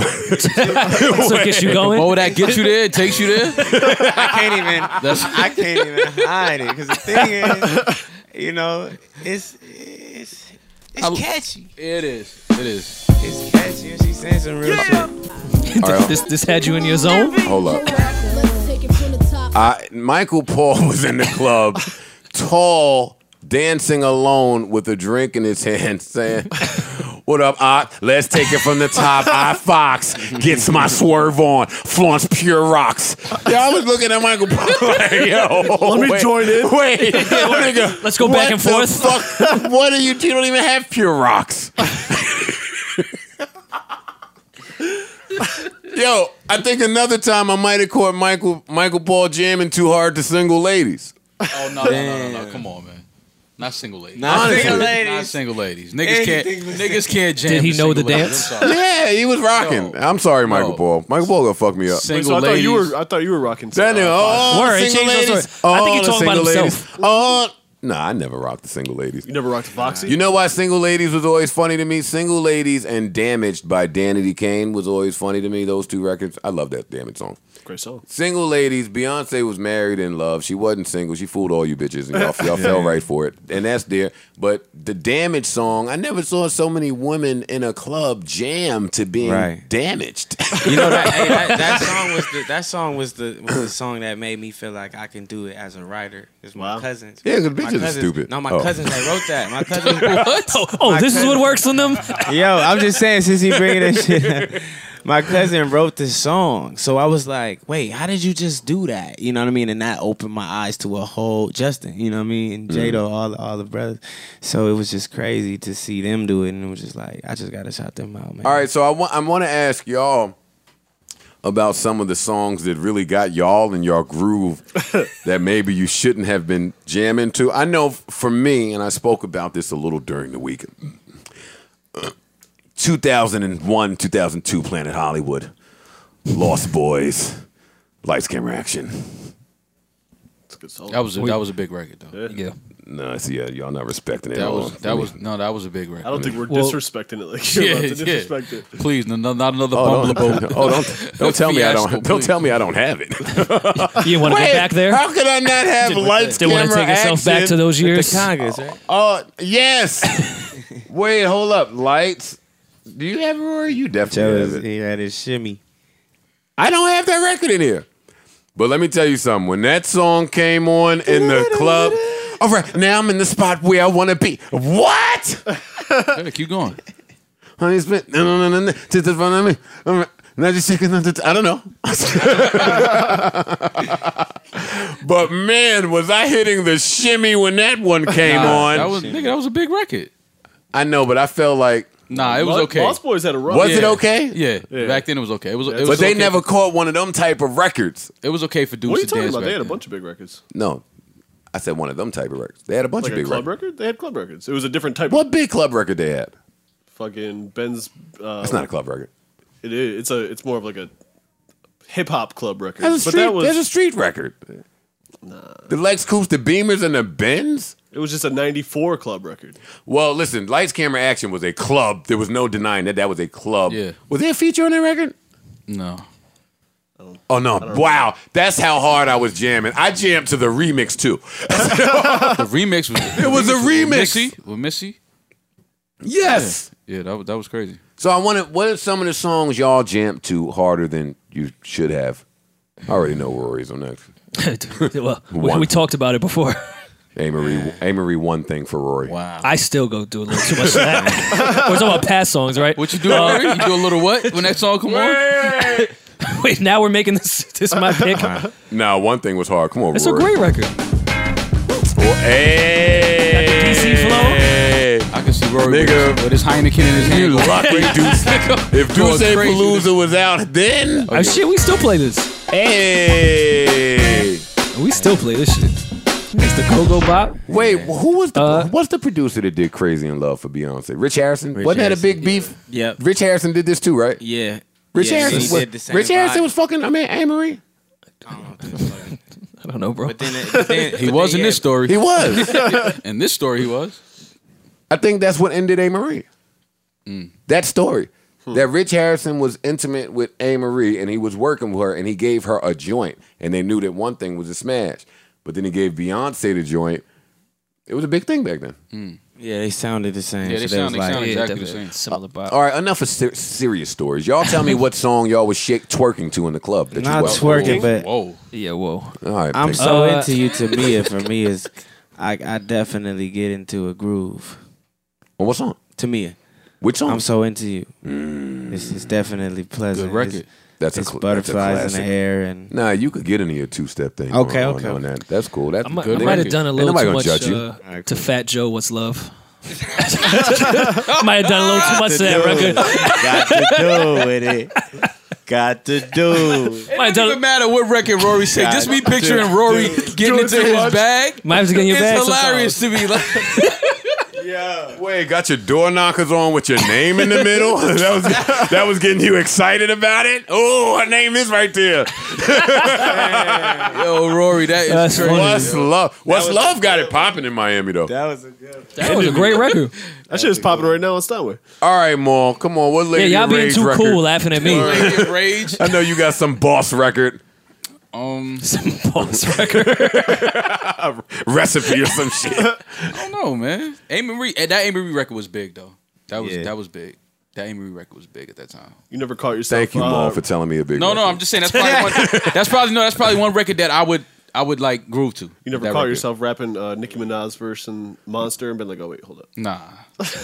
S3: So get you going.
S5: What would that get you there? It takes you there?
S2: I can't
S1: [laughs]
S2: even. I can't even hide it because the thing is, you know, it's it's it's
S5: I-
S2: catchy.
S5: It is. It is.
S2: It's catchy, and she's saying some real shit.
S1: right.
S3: this this had you in your zone.
S1: hold up.
S7: Let's take it from the top.
S1: I, Michael Paul [laughs] was in the club, tall, dancing alone with a drink in his hand, saying, What up, Ock? Let's take it from the
S6: [laughs]
S1: top. I Fox gets my swerve on, flaunts pure rocks. Yeah, I was looking at Michael Paul [laughs] like, yo.
S6: Let me
S1: wait,
S6: join in. [laughs]
S1: Wait, nigga,
S3: Let's go
S1: what
S3: back and
S1: the
S3: forth.
S1: fuck? [laughs] What are you? You don't even have pure rocks. [laughs] Yo, I think another time I might have caught Michael Michael Paul jamming too hard to single ladies.
S5: [laughs] Oh no, no, no, no, no. Come on, man. Not single ladies.
S2: Not
S1: Honestly.
S2: single
S5: Not
S2: ladies.
S5: single ladies. Niggas can't.
S2: Anything but
S5: Niggas can't jam.
S3: Did he
S5: to
S3: know the
S5: single ladies.
S3: dance?
S5: I'm sorry.
S1: Yeah, he was rocking.
S5: No.
S1: I'm sorry, Michael
S5: No.
S1: Paul. Michael Paul gonna fuck me up.
S6: Wait,
S5: Single
S6: so I thought
S5: ladies.
S6: you were. I thought you were rocking. uh,
S1: That nigga, oh,
S3: Word, he
S1: single
S3: changed the
S1: ladies.
S3: story. I think he
S1: oh, the
S3: talking about
S1: single ladies.
S3: himself.
S1: Oh, nah, I never rocked the single ladies.
S6: you never rocked Foxy.
S1: You know why single ladies was always funny to me? Single ladies and damaged by Danity Kane was always funny to me. Those two records, I love that damaged song.
S6: great song.
S1: Single ladies, Beyonce was married in love. She wasn't single. She fooled all you bitches, and y'all, y'all fell right for it. And that's there. But the damaged song, I never saw so many women in a club jam to being
S2: Right.
S1: damaged. [laughs]
S2: You know that, hey, that [laughs] that song was the that song was the was the song that made me feel like I can do it as a writer. It's my
S6: Wow.
S2: cousins.
S1: Yeah, 'cause
S2: My
S1: bitches are
S2: cousins-
S1: stupid.
S2: No, my
S1: Oh.
S2: cousins that wrote that. [laughs] My cousins.
S3: What? Oh, oh, this is what works on them.
S2: Yo, I'm just saying, since he bringing that shit, up, [laughs] my cousin wrote this song, so I was like, "Wait, how did you just do that?" You know what I mean? And that opened my eyes to a whole Justin, you know what I mean, and Jado,
S1: Mm.
S2: all all the brothers. So it was just crazy to see them do it, and it was just like, I just gotta shout them out, man.
S1: All right, so I want I want to ask y'all about some of the songs that really got y'all in y'all groove that maybe you shouldn't have been jamming to. I know f- for me, and I spoke about this a little during the week. [clears throat] 2001, 2002, Planet Hollywood, Lost Boys, Lights, Camera, Action.
S6: It's a good song.
S5: That was a, that was a big record though.
S3: Yeah.
S1: No, I see, uh, y'all not respecting it.
S5: That
S1: Hold
S5: was
S1: on,
S5: that
S1: let me-
S5: was no, that was a big record.
S6: I don't think we're
S3: Well-
S6: disrespecting it.
S5: [laughs]
S6: Like you're
S5: yeah,
S6: about to
S5: yeah.
S6: disrespect it.
S5: Please, no, no, not another
S1: Oh,
S5: bumble boat.
S1: don't, [laughs] oh, don't,
S5: [laughs]
S1: don't tell me I
S5: Fiasco,
S1: don't don't
S5: please.
S1: tell me I don't have it.
S3: You want to go back there?
S1: How could I not have lights,
S3: Still want
S1: camera,
S3: to take yourself back to
S1: action?
S3: those years?
S2: the Congress, right?
S1: Oh yes. Wait, hold up, lights. Do you have it, Rory? You
S2: Joe
S1: definitely
S2: is
S1: have it.
S2: he had his shimmy.
S1: I don't have that record in here. But let me tell you something. When that song came on in the club, all right, now I'm in the spot where I want to be.
S3: [laughs]
S1: What?
S5: Yeah, keep going.
S1: Honey, spent no, no, no, no, no. Just in front of me. All right. Now just shaking. I don't
S3: [laughs]
S1: know. [laughs] but man, was I hitting the shimmy when that one came
S5: Nah,
S1: on?
S5: That was nigga. That was a big record.
S1: I know, but I felt like
S5: Nah, it was
S6: Lo-
S5: okay.
S6: Lost Boys had a rough.
S1: Was it
S5: Yeah.
S1: okay?
S5: Yeah.
S6: Yeah.
S5: back then it was okay. It was. It was
S1: but they
S5: okay.
S1: never caught one of them type of records.
S5: It was okay for dudes
S6: What are you
S5: to
S6: talking
S5: dance.
S6: about?
S5: back
S6: They had a
S5: then.
S6: bunch of big records.
S1: No, I said one of them type of records. They had a bunch
S6: Like
S1: of
S6: a
S1: big
S6: club
S1: records.
S6: record? They had club records. It was a different type.
S1: What big club record they had?
S6: Fucking Ben's. Uh,
S1: That's not a club record.
S6: It is. It's a. It's more of like a hip hop club record.
S1: That's a
S6: but
S1: street.
S6: that was.
S1: that's a street record. The Lex Coops, the Beamers, and the Benz.
S6: it was just a '94 club record.
S1: Well, listen, Lights Camera Action was a club. There was no denying that that was a club.
S5: Yeah.
S1: Was there a feature on that record?
S5: No.
S1: Oh no! Wow, that's how hard I was jamming. I jammed to the remix too.
S5: [laughs] The remix
S6: [laughs]
S5: was. it
S1: was a remix.
S5: Missy with Missy.
S1: Yes.
S5: Yeah, that was that was crazy.
S1: So I want to. What are some of the songs y'all jammed to harder than you should have? I already know Rory's on next.
S3: [laughs] well, we,
S1: One.
S3: we talked about it before.
S1: Amory, Amory, one thing for Rory. [laughs]
S5: Wow.
S3: I still go do a little too much of that. We're talking about past songs, right? Uh,
S5: What you do? Larry? you do a little what when that song come on?
S3: Wait, now we're making this [laughs] this my pick.
S1: No, one thing was hard. Come on,
S3: It's a
S1: Rory.
S3: great record.
S1: Oh, Well, hey,
S3: DC flow?
S5: I can see Rory
S1: Nigga.
S5: with his- with his Heineken in his hand.
S1: You
S5: going
S1: lucky, Deuce.
S5: crazy.
S1: If
S5: Going
S1: Deuce Palooza
S5: crazy.
S1: was out, then
S3: Oh shit, we still play this.
S1: hey,
S3: We still play this shit. It's the Go Go Bop.
S1: Wait, who was the
S3: Uh,
S1: what's the producer that did Crazy in Love for Beyonce? Rich Harrison. Wasn't that a
S5: Harrison
S1: big
S5: did
S1: beef?
S2: Yep.
S1: Rich Harrison did this too, right?
S2: Yeah.
S1: Rich
S2: Yeah,
S1: Harrison.
S2: he
S1: was,
S2: did the same
S1: Rich Harrison
S2: vibe.
S1: was fucking. I mean, Anne Marie.
S3: I don't know, bro.
S2: But then, it- but [laughs] then
S5: He was in this story.
S1: He was.
S5: In this story, he was.
S1: [laughs] I think that's what ended A. Marie.
S2: Mm.
S1: That story. That Rich Harrison was intimate with A. Marie and he was working with her and he gave her a joint and they knew that one thing was a smash. But then he gave Beyonce the joint. It was a big thing back then.
S2: Mm. Yeah, they sounded the same.
S5: Yeah, they
S2: so they was
S5: sound- they
S2: like,
S5: sound-
S3: yeah,
S5: exactly
S3: definitely
S5: the same.
S3: Similar bop.
S1: All right, enough of ser- serious stories. Y'all tell me what song y'all was shake twerking to in the club. That
S2: Not
S1: you well-
S2: twerking, but
S5: Whoa.
S3: Yeah, whoa.
S1: All right,
S2: I'm
S1: pick-
S2: so
S3: Uh,
S2: into you, Tamia. For me, is I, I definitely get into a groove.
S1: Well, what song?
S2: Tamia,
S1: Which song? Mm,
S2: I'm so into you. This is definitely pleasant.
S5: Good record.
S2: It's-
S1: that's
S2: It's,
S1: cl- that's
S2: butterflies in
S1: classic.
S2: the air and
S1: Nah, you could get into your two step thing.
S2: Okay,
S1: on,
S2: okay.
S1: On, on that. That's cool. That's
S3: I might, I
S1: good.
S5: Good
S3: might have
S5: record.
S3: done a
S1: Ain't
S3: little
S1: nobody
S3: too
S1: gonna
S3: much
S1: judge you.
S3: uh, to Fat Joe. What's love?
S1: [laughs]
S3: [laughs] might have done a little too much to that record.
S2: got to do with [laughs] it. Got to do.
S3: Might have
S5: It doesn't
S3: done.
S5: matter what record Rory say. Just me picturing Rory getting into his bag.
S3: Might have to get in your bag.
S5: It's hilarious
S3: sometimes.
S5: to me. Like, [laughs]
S1: Wait, got your door knockers on with your name in the middle? [laughs] that was that was getting you excited about it. Oh, her name is right there.
S5: yo, Rory, that is
S3: That's
S5: crazy.
S3: funny.
S1: What's love? What's love? Got it popping in Miami though.
S2: That was a good.
S3: That was a great record.
S6: That shit is popping right now on Steinway.
S1: All right, Maul, come on. What
S3: Yeah,
S1: lady?
S3: y'all
S1: in
S3: being
S1: Rage
S3: too
S1: record?
S3: cool laughing at me.
S5: Rage, rage.
S1: I know you got some boss record
S5: Um,
S3: [laughs] Some boss record.
S1: recipe or some shit.
S5: I don't know, man. Amory, that Amory record was big though. That was
S2: Yeah.
S5: that was big. That Amory record was big at that time.
S6: You never caught
S1: [laughs]
S6: yourself.
S1: Thank you,
S6: uh,
S1: Maul, for telling me a big.
S5: No, no,
S1: record.
S5: I'm just saying that's probably
S6: [laughs]
S5: one, that's probably no, that's probably one record that I would I would like groove to.
S6: You never
S5: That
S6: caught
S5: record.
S6: yourself rapping uh, Nicki Minaj verse and Monster and been like, oh wait, hold up. [laughs]
S5: Nah,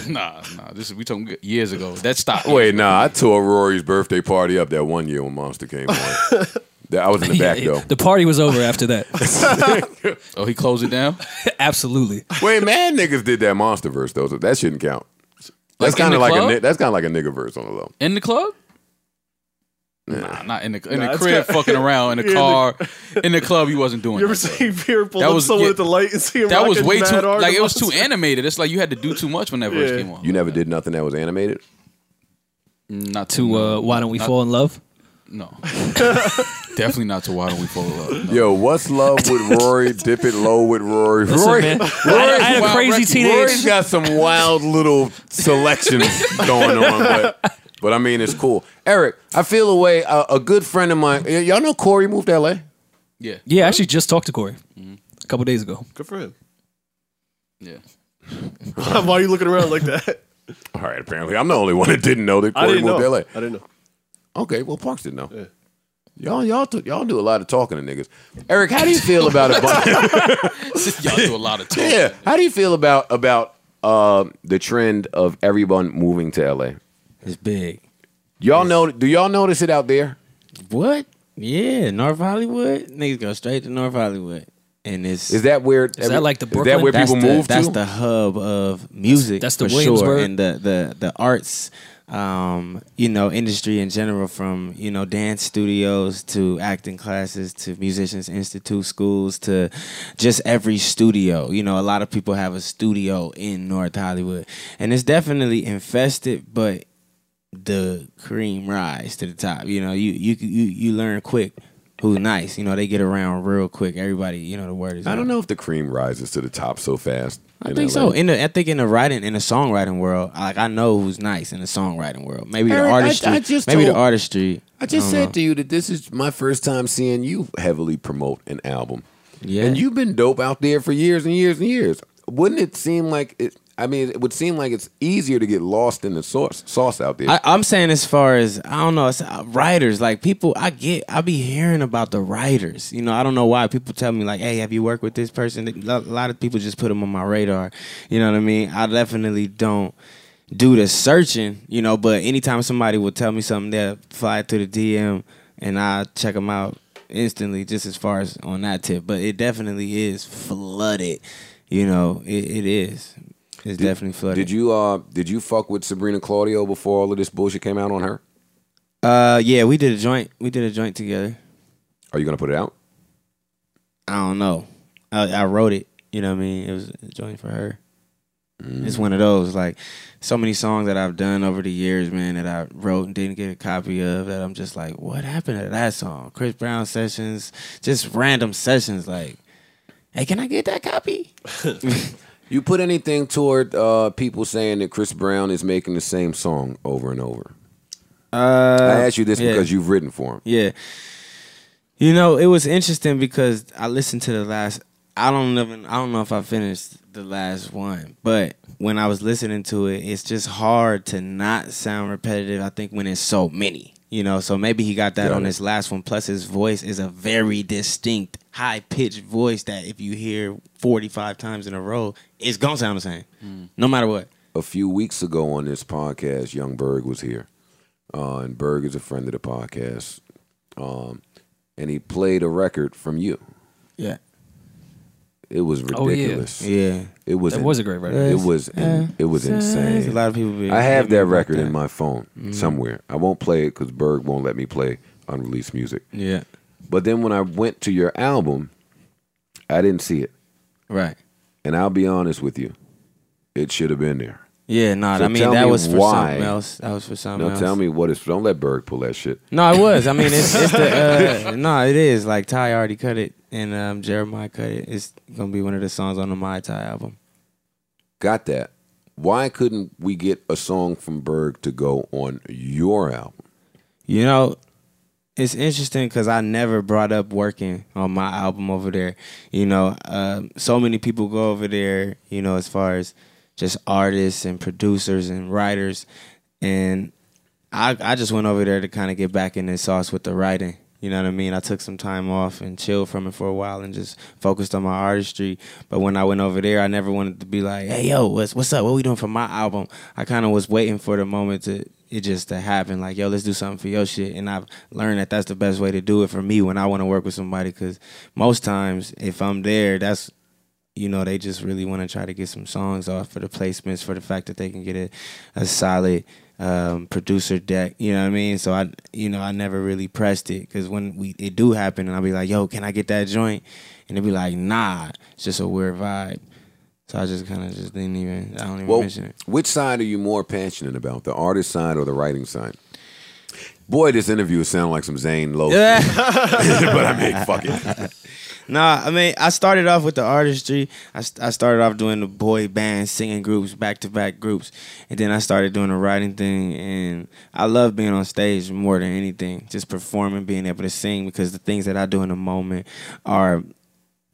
S5: nah, nah. This is we talking years ago. That stopped.
S1: Wait, nah, I tore Rory's birthday party up that one year when Monster came [laughs] on. That- I was
S3: [laughs]
S1: in the back
S3: Yeah,
S1: though.
S3: the party was over after that.
S5: Oh, he closed it down.
S3: Absolutely.
S1: Wait, man, niggas did that monster verse though, so that shouldn't count. That's
S5: in
S1: kind
S5: the
S1: of like
S5: club?
S1: a ni- that's kind of like a nigga verse on the low.
S5: In the club? Nah, not in the in
S6: Nah,
S5: the
S6: it's
S5: crib,
S6: got-
S5: fucking around in
S6: [laughs]
S5: the
S6: in the-
S5: car, in the club. He wasn't doing.
S6: You ever
S5: that.
S6: seen Pierre pull
S5: That
S6: up
S5: was-
S6: someone
S5: yeah.
S6: at the light and see him?
S5: That was
S6: rocking
S5: way
S6: mad
S5: too
S6: hard
S5: like
S6: to
S5: it was too
S6: Monster?
S5: animated. It's like you had to do too much when that verse
S6: Yeah.
S5: came on. Mm,
S1: You never did nothing that was animated.
S5: not too.
S3: To uh, why don't we fall in love?
S5: No, [laughs] definitely not to. Why don't we fall in love?
S1: [laughs]
S5: No.
S1: Yo, what's love with Rory? Dip it low with Rory. Rory,
S3: man, I-
S1: [laughs] Rory's
S3: I had a
S1: wild
S3: crazy
S1: record-
S3: teenage-
S1: Rory's got some wild little selections going on, but but I mean it's cool. Eric, I feel a way. A, a good friend of mine. y- y'all know Corey moved to L.A.
S5: Yeah,
S3: Yeah, I actually just talked to Corey a couple days ago.
S6: Good for him.
S5: yeah.
S6: [laughs]
S5: [laughs]
S6: Why are you looking around like that?
S1: All right, apparently I'm the only one that didn't know that
S6: I
S1: Corey
S6: didn't
S1: moved
S6: know.
S1: to L.A.
S6: I didn't know.
S1: Okay, well, Parks didn't know.
S6: Yeah.
S1: Y'all, y'all, t- y'all do a lot of talking to niggas. Eric, how do you feel about a bunch?
S5: Y'all do a lot of talk.
S1: yeah, how do you feel about about uh, the trend of everyone moving to LA?
S2: It's big.
S1: Y'all know? Do y'all notice it out there?
S2: What? Yeah, North Hollywood. Niggas go straight to North Hollywood, and it's
S1: Is that where?
S3: Is that like the
S1: Is that
S3: Brooklyn?
S1: where
S2: that's
S1: people
S2: the,
S1: move
S2: That's
S1: to?
S2: the hub of music.
S3: That's- that's the
S2: for sure,
S3: Williamsburg.
S2: and the the the arts, um, you know, industry in general. From you know dance studios to acting classes to musicians institute schools to just every studio. You know, a lot of people have a studio in North Hollywood, and it's definitely infested, but the cream rise to the top. You know, you you you you learn quick. Who's nice? You know, they get around real quick. Everybody, you know, the word is.
S1: I
S2: out.
S1: don't know if the cream rises to the top so fast.
S2: I
S1: in
S2: think
S1: LA.
S2: so. In the, I think in the writing, in the songwriting world, like I know who's nice in the songwriting world. Maybe
S1: Eric,
S2: the
S1: I-
S2: artistry.
S1: I just
S2: maybe
S1: told-
S2: the artistry.
S1: I just
S2: don't
S1: said
S2: know.
S1: to you that this is my first time seeing you heavily promote an album.
S2: Yeah.
S1: And you've been dope out there for years and years and years. Wouldn't it seem like it? I mean, it would seem like it's easier to get lost in the sauce, sauce out there.
S2: I, I'm saying as far as I don't know, it's, uh, writers like people. I get, I be hearing about the writers. You know, I don't know why people tell me like, "Hey, have you worked with this person?" A lo- a lot of people just put them on my radar. You know what I mean? I definitely don't do the searching. You know, but anytime somebody will tell me something, they'll fly through the DM and I check them out instantly. Just as far as on that tip, but it definitely is flooded. You know, it, it is. It's definitely flooded.
S1: Did you uh did you fuck with Sabrina Claudio before all of this bullshit came out on her?
S2: Uh, yeah, we did a joint. We did a joint together.
S1: Are you gonna put it out?
S2: I don't know. I, I wrote it. You know what I mean? It was a joint for her. It's one of those like so many songs that I've done over the years, man, that I wrote and didn't get a copy of. That I'm just like, what happened to that song? Chris Brown sessions, just random sessions. Like, hey, can I get that copy?
S1: You put anything toward uh, people saying that Chris Brown is making the same song over and over? I
S2: Uh,
S1: ask you this
S2: yeah.
S1: because you've written for him.
S2: Yeah. You know, it was interesting because I listened to the last I don't even I don't know if I finished the last one, but when I was listening to it, it's just hard to not sound repetitive, I think when it's so many. You know, so maybe he got that
S1: Got
S2: on
S1: it.
S2: his last one. Plus his voice is a very distinct, high pitched voice that if you hear forty five times in a row, it's gonna sound the same.
S1: Hmm.
S2: No matter what.
S1: a few weeks ago on this podcast, Young Berg was here. Uh, and Berg is a friend of the podcast. Um, and he played a record from you.
S2: Yeah.
S1: It was
S3: Oh, yeah.
S1: ridiculous.
S2: Yeah.
S1: It was
S3: That was a great record.
S1: It was in, it was
S2: A
S1: insane.
S2: lot of people be
S1: I have
S2: hitting me
S1: that
S2: about
S1: record
S2: that. Mm.
S1: in my phone somewhere. I won't play it because Berg won't let me play unreleased music.
S2: Yeah.
S1: But then when I went to your album, I didn't see it.
S2: Right.
S1: And I'll be honest with you, it should have been there.
S2: Yeah, no,
S1: So
S2: I mean
S1: tell
S2: that
S1: me
S2: was for
S1: why.
S2: something else. That was for something
S1: Now
S2: else.
S1: tell me what it's. Don't let Berg pull that shit.
S2: No, it was. I mean, it's,
S1: [laughs]
S2: it's the uh, no, it is. Like Ty already cut it, and um, Jeremiah cut it. It's gonna be one of the songs on the My Ty album.
S1: Got that. Why couldn't we get a song from Berg to go on your album?
S2: You know, it's interesting because I never brought up working on my album over there. You know, um, so many people go over there, you know, as far as just artists and producers and writers. And I, I just went over there to kind of get back in the sauce with the writing. You know what I mean? I took some time off and chilled from it for a while and just focused on my artistry. But when I went over there, I never wanted to be like, "Hey, yo, what's what's up? What we doing for my album?" I kind of was waiting for the moment to it just to happen. Like, "Yo, let's do something for your shit." And I've learned that that's the best way to do it for me when I want to work with somebody. Because most times, if I'm there, that's you know, they just really want to try to get some songs off for the placements, for the fact that they can get a, a solid um, producer deck. You know what I mean? So I, you know, I never really pressed it because when we it do happen, and I'll be like, "Yo, can I get that joint?" And they'd be like, "Nah, it's just a weird vibe." So I just kind of just didn't even. I don't even
S1: Well,
S2: mention it.
S1: which side are you more passionate about, the artist side or the writing side? Boy, this interview is sounding like some Zane Lowe, [laughs] but I mean, fuck it.
S2: Nah, I mean, I started off with the artistry. I, st- I started off doing the boy band, singing groups, back to back groups, and then I started doing the writing thing. And I love being on stage more than anything, just performing, being able to sing because the things that I do in the moment are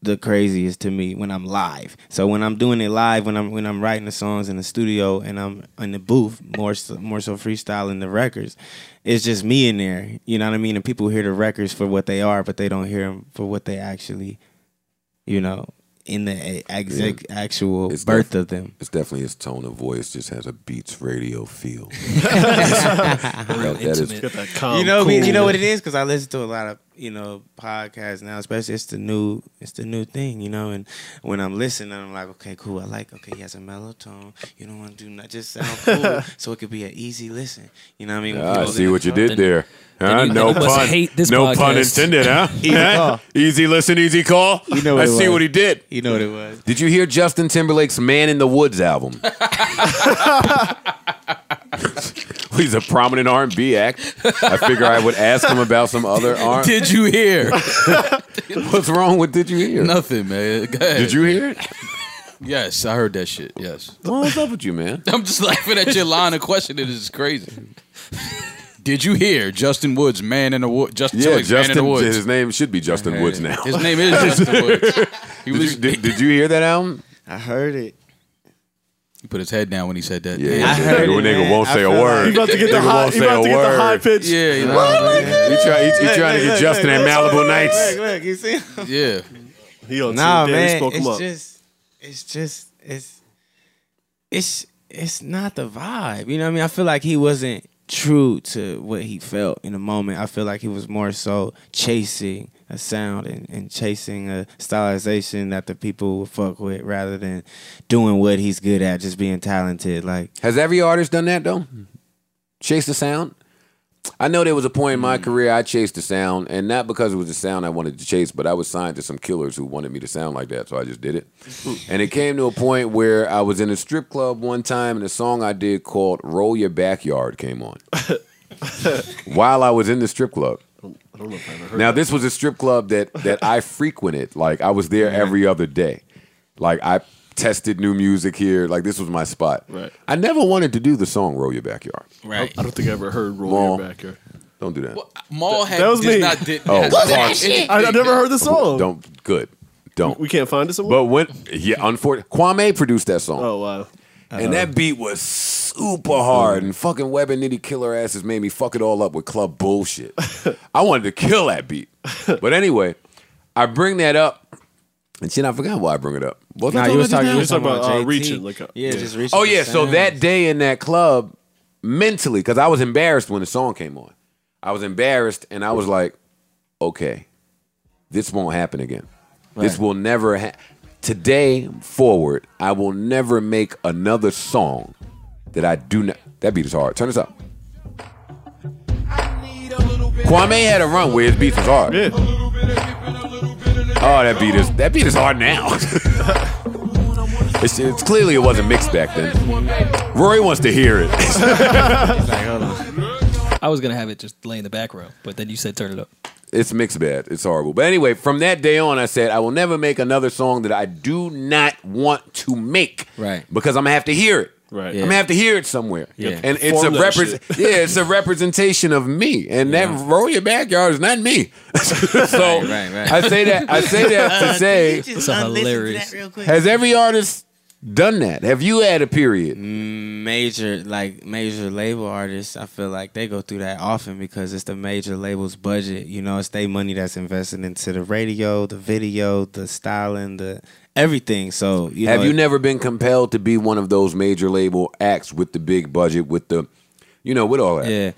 S2: the craziest to me when I'm live. So when I'm doing it live, when I'm when I'm writing the songs in the studio and I'm in the booth, more so, more so freestyling the records, it's just me in there. You know what I mean? And people hear the records for what they are, but they don't hear them for what they actually, you know, in the exact actual
S1: It's
S2: birth
S1: def-
S2: of them.
S1: It's definitely his tone of voice just has a Beats radio
S3: [laughs]
S1: feel. That- that is-
S3: Intimate.
S6: That calm,
S2: you know, I mean, you
S6: cool-
S2: know what it is because I listen to a lot of you know podcasts now, especially it's the new it's the new thing, you know. And when I'm listening, I'm like, okay, cool. I like okay, he has a mellow tone. You don't want to do not just sound [laughs] cool, so it could be an easy listen. You know what I mean? When
S1: Ah, I
S2: people "Oh,
S1: see
S2: listen-
S1: what you did there.
S3: then
S1: Huh?
S3: you-
S1: no
S3: you must
S1: pun.
S3: hate this
S1: no pun
S3: podcast.
S1: intended,
S3: [laughs]
S1: huh? Huh? easy listen, easy call.
S2: You know
S1: I
S2: what it
S1: see
S2: was.
S1: what he did.
S2: You know what it was.
S1: Did you hear Justin Timberlake's Man in the Woods
S3: [laughs]
S1: album? [laughs] He's a prominent R&B act. I figure I would ask him about some
S3: [laughs]
S1: other R.
S5: Did you hear? [laughs]
S1: What's wrong with Did You Hear?
S5: Nothing, man. Go ahead.
S1: Did you hear it?
S5: Yes, I heard that shit. Yes. [laughs]
S1: What's up with you, man?
S5: I'm just laughing at your line of questioning. This is crazy. Did you hear Justin Woods, man in the wood? Justin
S1: Yeah,
S5: Timberlake's man in
S1: Justin.
S5: the woods.
S1: His name should be Justin Woods now.
S5: His name is Justin Woods.
S1: [laughs]
S5: He
S1: Did
S5: was.
S1: you, did, did you hear that album?
S2: I heard it.
S5: he put his head down when he said that.
S1: Yeah,
S2: I heard
S1: nigga
S2: it, man.
S1: won't
S2: I
S1: say a
S2: felt
S1: word.
S6: You about to get the
S1: Nigga
S6: high,
S1: won't
S6: you
S1: say
S6: about
S1: a
S6: to get the
S1: word.
S6: high pitch.
S5: Yeah, you know,
S1: He try, he, he trying to get Justin at Malibu Nights.
S2: Look, look, you see?
S5: yeah.
S6: He on
S2: Nah,
S6: TV,
S2: man.
S6: spoke him
S2: It's
S6: up.
S2: just, it's just, it's, it's, it's not the vibe. You know what I mean? I feel like he wasn't true to what he felt in the moment. I feel like he was more so chasing a sound and, and chasing a stylization that the people would fuck with rather than doing what he's good at, just being talented. Like,
S1: Has every artist done that though? Chase the sound. I know there was a point in
S6: Mm.
S1: my career I chased the sound, and not because it was the sound I wanted to chase, but I was signed to some killers who wanted me to sound like that, so I just did
S6: [laughs]
S1: it. and it came to a point where I was in a strip club one time, and a song I did called "Roll Your Backyard" came
S6: [laughs]
S1: on while I was in the strip club.
S6: I don't know if I ever heard.
S1: Now this was a strip club that that
S6: [laughs]
S1: I frequented. Like I was there every other day. Like I tested new music here. Like this was my spot.
S6: Right.
S1: I never wanted to do the song "Roll Your Backyard."
S5: Right.
S6: I don't think I ever heard
S1: Well,
S6: Roll Your Backyard.
S1: Don't do that.
S5: Maul had
S6: that was
S5: does
S6: me.
S5: not did,
S1: Oh,
S5: has-
S1: fuck.
S6: I, I never heard the song.
S1: Don't good. Don't.
S6: Oh. We can't find it somewhere.
S1: but when yeah, unfortunately, Kwame produced that song,
S6: oh wow.
S1: and that beat was super hard. And fucking Web and Nitty Killer asses made me fuck it all up with club
S6: [laughs]
S1: bullshit. I wanted to kill that beat, but anyway, I bring that up, and shit, I forgot why I bring it up. Wasn't I
S2: Nah,
S1: talking
S2: you was
S1: about this now?
S2: talking, you was talking
S6: Talking
S2: about,
S6: about, uh,
S2: JT.
S6: reaching, like a-
S2: yeah,
S6: yeah.
S2: just reaching.
S1: Oh
S2: for
S1: yeah, so
S2: sound.
S1: that day in that club, mentally, because I was embarrassed when the song came on. I was embarrassed, and I was like, "Okay, this won't happen again. This will never happen." Today forward, I will never make another song that I do not. That beat is hard. Turn this up. Kwame had a run where his beat was hard.
S6: Yeah.
S1: Oh, that beat is that beat is hard now. [laughs] it's, it's clearly it wasn't mixed back then. Rory wants to hear it. [laughs]
S3: I was gonna have it just lay in the background, but then you said turn it up. [laughs]
S1: it's mixed bad. It's horrible. But anyway, from that day on, I said I will never make another song that I do not want to make.
S8: Right.
S1: Because I'm gonna have to hear it.
S6: Right.
S1: I'm gonna have to hear it somewhere.
S8: Yeah.
S1: And it's a
S6: Form that
S1: repre- [laughs] yeah, it's a representation of me. And that roll your backyard is not me. [laughs] so
S8: right, right.
S1: I say that I say that
S8: [laughs]
S1: to say
S3: It's a hilarious.
S1: has every artist done that? Have you had a period?
S2: major like major label artists i feel like they go through that often because it's the major label's budget you know it's their money that's invested into the radio the video the styling the everything so you
S1: Have
S2: know,
S1: you never been compelled to be one of those major label acts with the big budget, with the, you know, with all that?
S2: yeah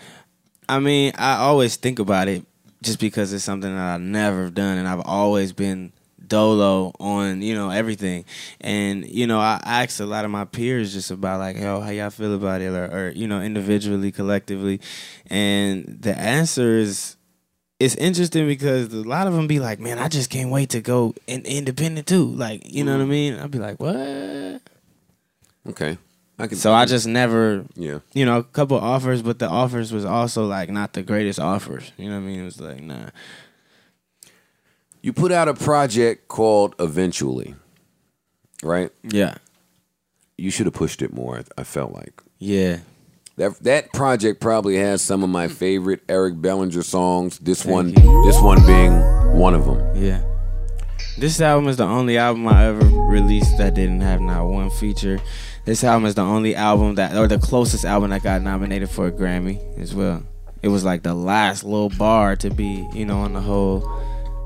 S2: i mean i always think about it just because it's something that i've never done and i've always been dolo on you know everything and you know i asked a lot of my peers just about like yo how y'all feel about it or, or you know individually collectively and the answer is it's interesting because a lot of them be like, "Man, I just can't wait to go in- independent too." Like, you know what I mean? I'd be like, "What?"
S1: Okay. I can.
S2: So I just never,
S1: Yeah.
S2: you know, a couple offers, but the offers was also like not the greatest offers. You know what I mean? It was like, nah,
S1: You put out a project called Eventually, right?
S2: yeah,
S1: You should have pushed it more. I- I felt like
S2: yeah,
S1: that that project probably has some of my favorite Eric Bellinger songs. This one, this one being one of them.
S2: yeah. This album is the only album I ever released that didn't have not one feature. This album is the only album that, or the closest album that got nominated for a Grammy as well. It was like the last little bar to be, you know, on the whole